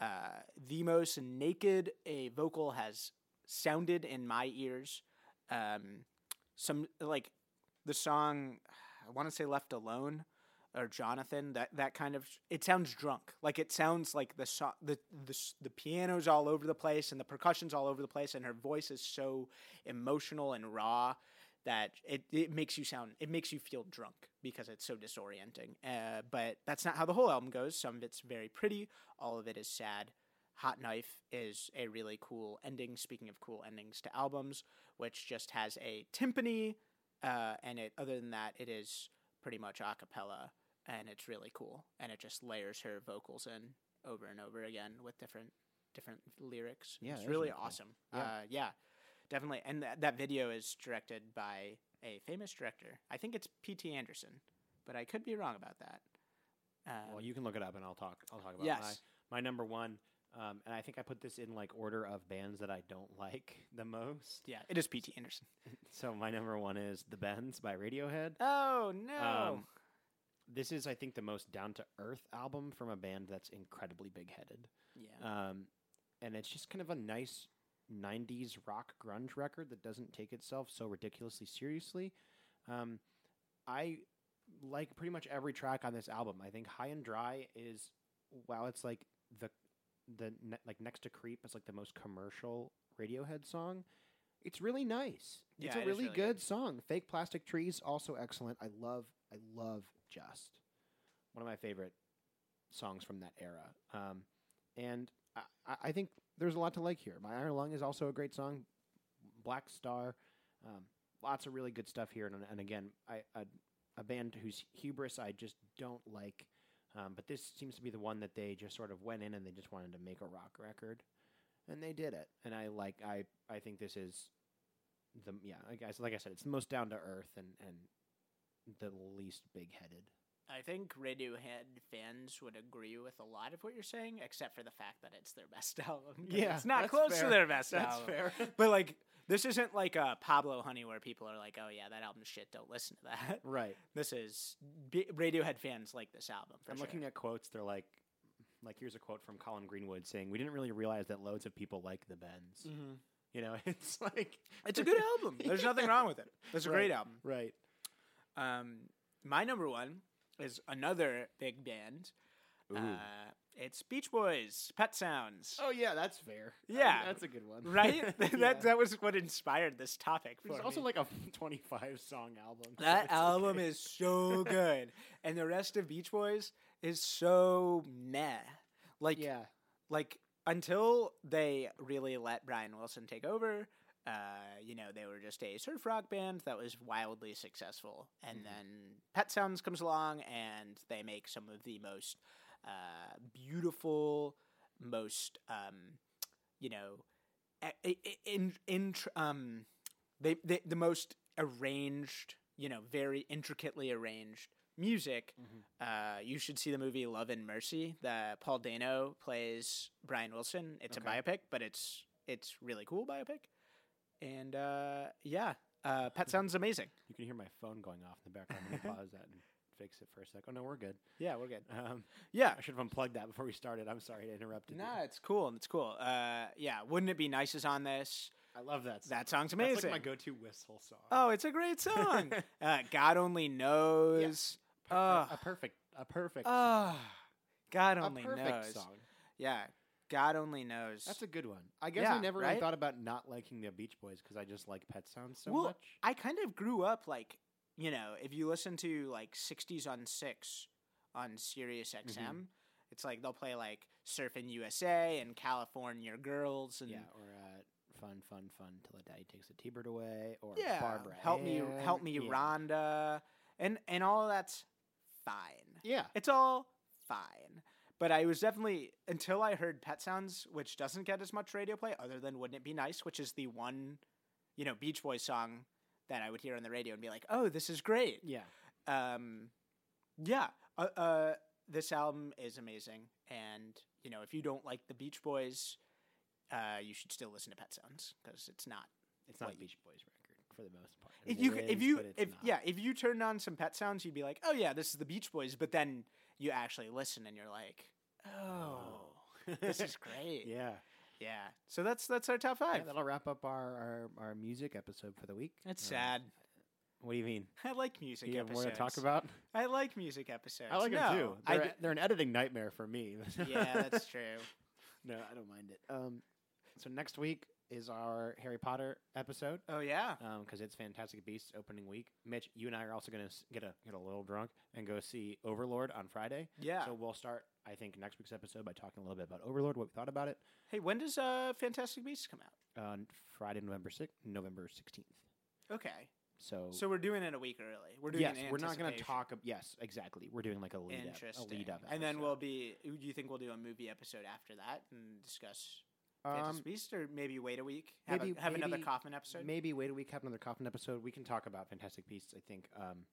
uh, the most naked a vocal has sounded in my ears. Um, some like the song I want to say "Left Alone" or "Jonathan." That that kind of it sounds drunk. Like it sounds like the so, the the s- the piano's all over the place and the percussion's all over the place, and her voice is so emotional and raw that it, it makes you sound it makes you feel drunk because it's so disorienting. Uh, but that's not how the whole album goes. Some of it's very pretty. All of it is sad. Hot Knife is a really cool ending. Speaking of cool endings to albums, which just has a timpani, uh, and it other than that, it is pretty much a cappella, and it's really cool. And it just layers her vocals in over and over again with different different lyrics. Yeah, that it's is really really cool. awesome. Yeah. Uh, yeah, definitely. And that that video is directed by a famous director. I think it's P.T. Anderson, but I could be wrong about that. Um, Well, you can look it up, and I'll talk. I'll talk about Yes. my my number one. Um, and I think I put this in like order of bands that I don't [LAUGHS] like the most. yeah, it is P.T. Anderson. So my number one is The Bends by Radiohead. Oh no. Um, This is, I think, the most down to earth album from a band that's incredibly big headed. yeah. Um, and it's just kind of a nice 90s rock grunge record that doesn't take itself so ridiculously seriously. Um, I like pretty much every track on this album. I think High and Dry is, while it's like the the ne- like next to Creep is like the most commercial Radiohead song. It's really nice. it's Yeah, a it is really, really good, good. song. Fake Plastic Trees also excellent. I love I love Just one of my favorite songs from that era. Um, and I, I- I think there's a lot to like here. My Iron Lung is also a great song. Black Star, um, lots of really good stuff here. And, and again, I, a, a band whose hubris I just don't like. Um, but this seems to be the one that they just sort of went in and they just wanted to make a rock record, and they did it. And I like I I think this is the yeah I guess like I said it's the most down to earth and and the least big headed I think Radiohead fans would agree with a lot of what you're saying, except for the fact that it's their best [LAUGHS] album. 'cause Yeah, it's not that's close fair. to their best That's album. fair. [LAUGHS] But like, this isn't like a Pablo Honey where people are like, "Oh yeah, that album's shit. Don't listen to that." [LAUGHS] Right. This is B- Radiohead fans like this album. For I'm sure. looking at quotes. They're like, like here's a quote from Colin Greenwood saying, "We didn't really realize that loads of people like the Bends." Mhm. You know, [LAUGHS] it's like [LAUGHS] It's a good album. There's nothing wrong with it. It's a Right. great album. Right. Um, my number one is another big band. Ooh. Uh, it's Beach Boys, Pet Sounds. oh yeah, that's fair. I mean, Yeah. that's a good one. [LAUGHS] Right? Yeah. that, that was what inspired this topic for It's me. also [LAUGHS] like a [LAUGHS] 25 song album. so that it's album okay. is [LAUGHS] so good. and the rest of Beach Boys is so meh. Like, yeah. like until they really let Brian Wilson take over, uh, you know, they were just a surf rock band that was wildly successful. And then Pet Sounds comes along and they make some of the most uh, beautiful, most, um, you know, a- a- a- in, in, um, they, they, the most arranged, you know, very intricately arranged music uh, you should see the movie Love and Mercy. That Paul Dano plays Brian Wilson. It's Okay. a biopic, but it's it's really cool biopic. And uh, yeah, uh, Pet sounds amazing. You can hear my phone going off in the background. Let me pause that and fix it for a sec. Oh no, we're good. Yeah, we're good. Um, Yeah, I should have unplugged that before we started. I'm sorry to interrupt. you. nah, it's cool. It's cool. Uh, yeah, wouldn't it be nice is on this? I love that. Song. That song's amazing. That's like my go-to whistle song. oh, it's [LAUGHS] a great song. uh, God only knows. Per- Ah. a perfect, a perfect, Ah, God a only perfect knows. song. Yeah, God only knows. That's a good one. I guess I Yeah, never really right? thought about not liking the Beach Boys because I just like Pet Sounds so Well, much. I kind of grew up like, you know, if you listen to like 60s on 6 on Sirius Mm-hmm. XM, it's like they'll play like Surfing USA and California Girls and yeah, or uh, fun, fun, fun till the daddy takes the T-bird away, or Yeah, Barbara. Help me Ann. help me yeah. Rhonda and and all of that's fine. Yeah, It's all fine. But I was definitely until I heard Pet Sounds, which doesn't get as much radio play other than Wouldn't It Be Nice, which is the one, you know, Beach Boys song that I would hear on the radio and be like, "Oh, this is great." yeah. um yeah uh, uh this album is amazing and you know if you don't like the beach boys uh you should still listen to pet sounds because it's not It's not a Wait. Beach Boys record for the most part. I if mean, you it if is, you but it's if not. yeah if you turned on some pet sounds you'd be like oh yeah this is the beach boys but then you actually listen and you're like oh [LAUGHS] this is great yeah. yeah. so that's that's our top Yeah, five that'll wrap up our, our, our music episode for the week. that's Um, sad What do you mean? i like music Do you have episodes more to talk about? i like music episodes I like no, them too. I They're, d- they're an editing nightmare for me. [LAUGHS] [LAUGHS] yeah that's true no, I don't mind it. Um, so next week is our Harry Potter episode oh yeah because it's Fantastic Beasts opening week. Mitch, you and I are also gonna s- get a get a little drunk and go see Overlord on Friday. yeah So we'll start, I think, next week's episode by talking a little bit about Overlord, what we thought about it. Hey, when does uh Fantastic Beasts come out? Uh, Friday, November sixth, November sixteenth. Okay, So, so we're doing it a week early. We're doing Oh. yes, it in we're not gonna anticipation. talk. Ab- yes, exactly. We're doing like a lead Interesting. up, a lead up, and then episode. we'll be. Do you think we'll do a movie episode after that and discuss Um, Fantastic Beasts, or maybe wait a week, have, maybe- a, have another maybe- Kaufman episode? Maybe wait a week, have another coffin episode. We can talk about Fantastic Beasts. I think um,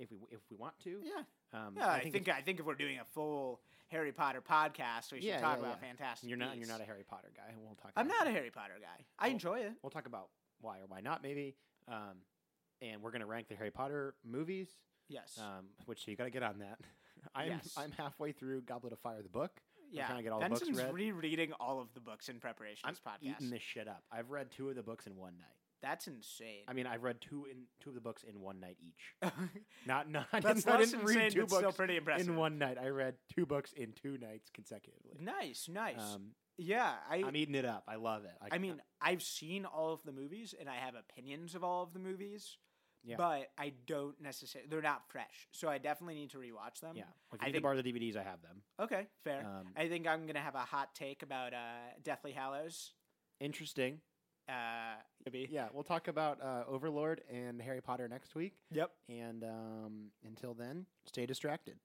if we if we want to. Yeah, Um, yeah. I think I it's- think, if we're doing a full Harry Potter podcast, we should Yeah, talk yeah, about yeah. Fantastic. you're not you're not Beasts. a Harry Potter guy. and We'll talk. I'm about not it. a Harry Potter guy. I Well, enjoy it. We'll talk about why or why not maybe. Um, and we're gonna rank the Harry Potter movies. Yes. Um, which you gotta get on that. [LAUGHS] I'm Yes. I'm halfway through Goblet of Fire, the book. yeah. trying to get all the books Benson's read. rereading all of the books in preparation for I'm this podcast. eating this shit up. I've read two of the books in one night. That's insane. I [LAUGHS] mean, I've read two in two of the books in one night each. Not [LAUGHS] not. That's I not didn't insane. read two but still books pretty impressive. in one night. I read two books in two nights consecutively. Nice, nice. Um, yeah, I. I'm eating it up. I love it. I mean, I've seen all of the movies and I have opinions of all of the movies, Yeah. but I don't necessarily. They're not fresh, so I definitely need to rewatch them. yeah. If um, you need I to think- borrow the DVDs, I have them. Okay, fair. Um, I think I'm gonna have a hot take about uh, Deathly Hallows. Interesting. Uh, maybe. Yeah, we'll talk about uh, Overlord and Harry Potter next week. Yep. And um, until then, stay distracted.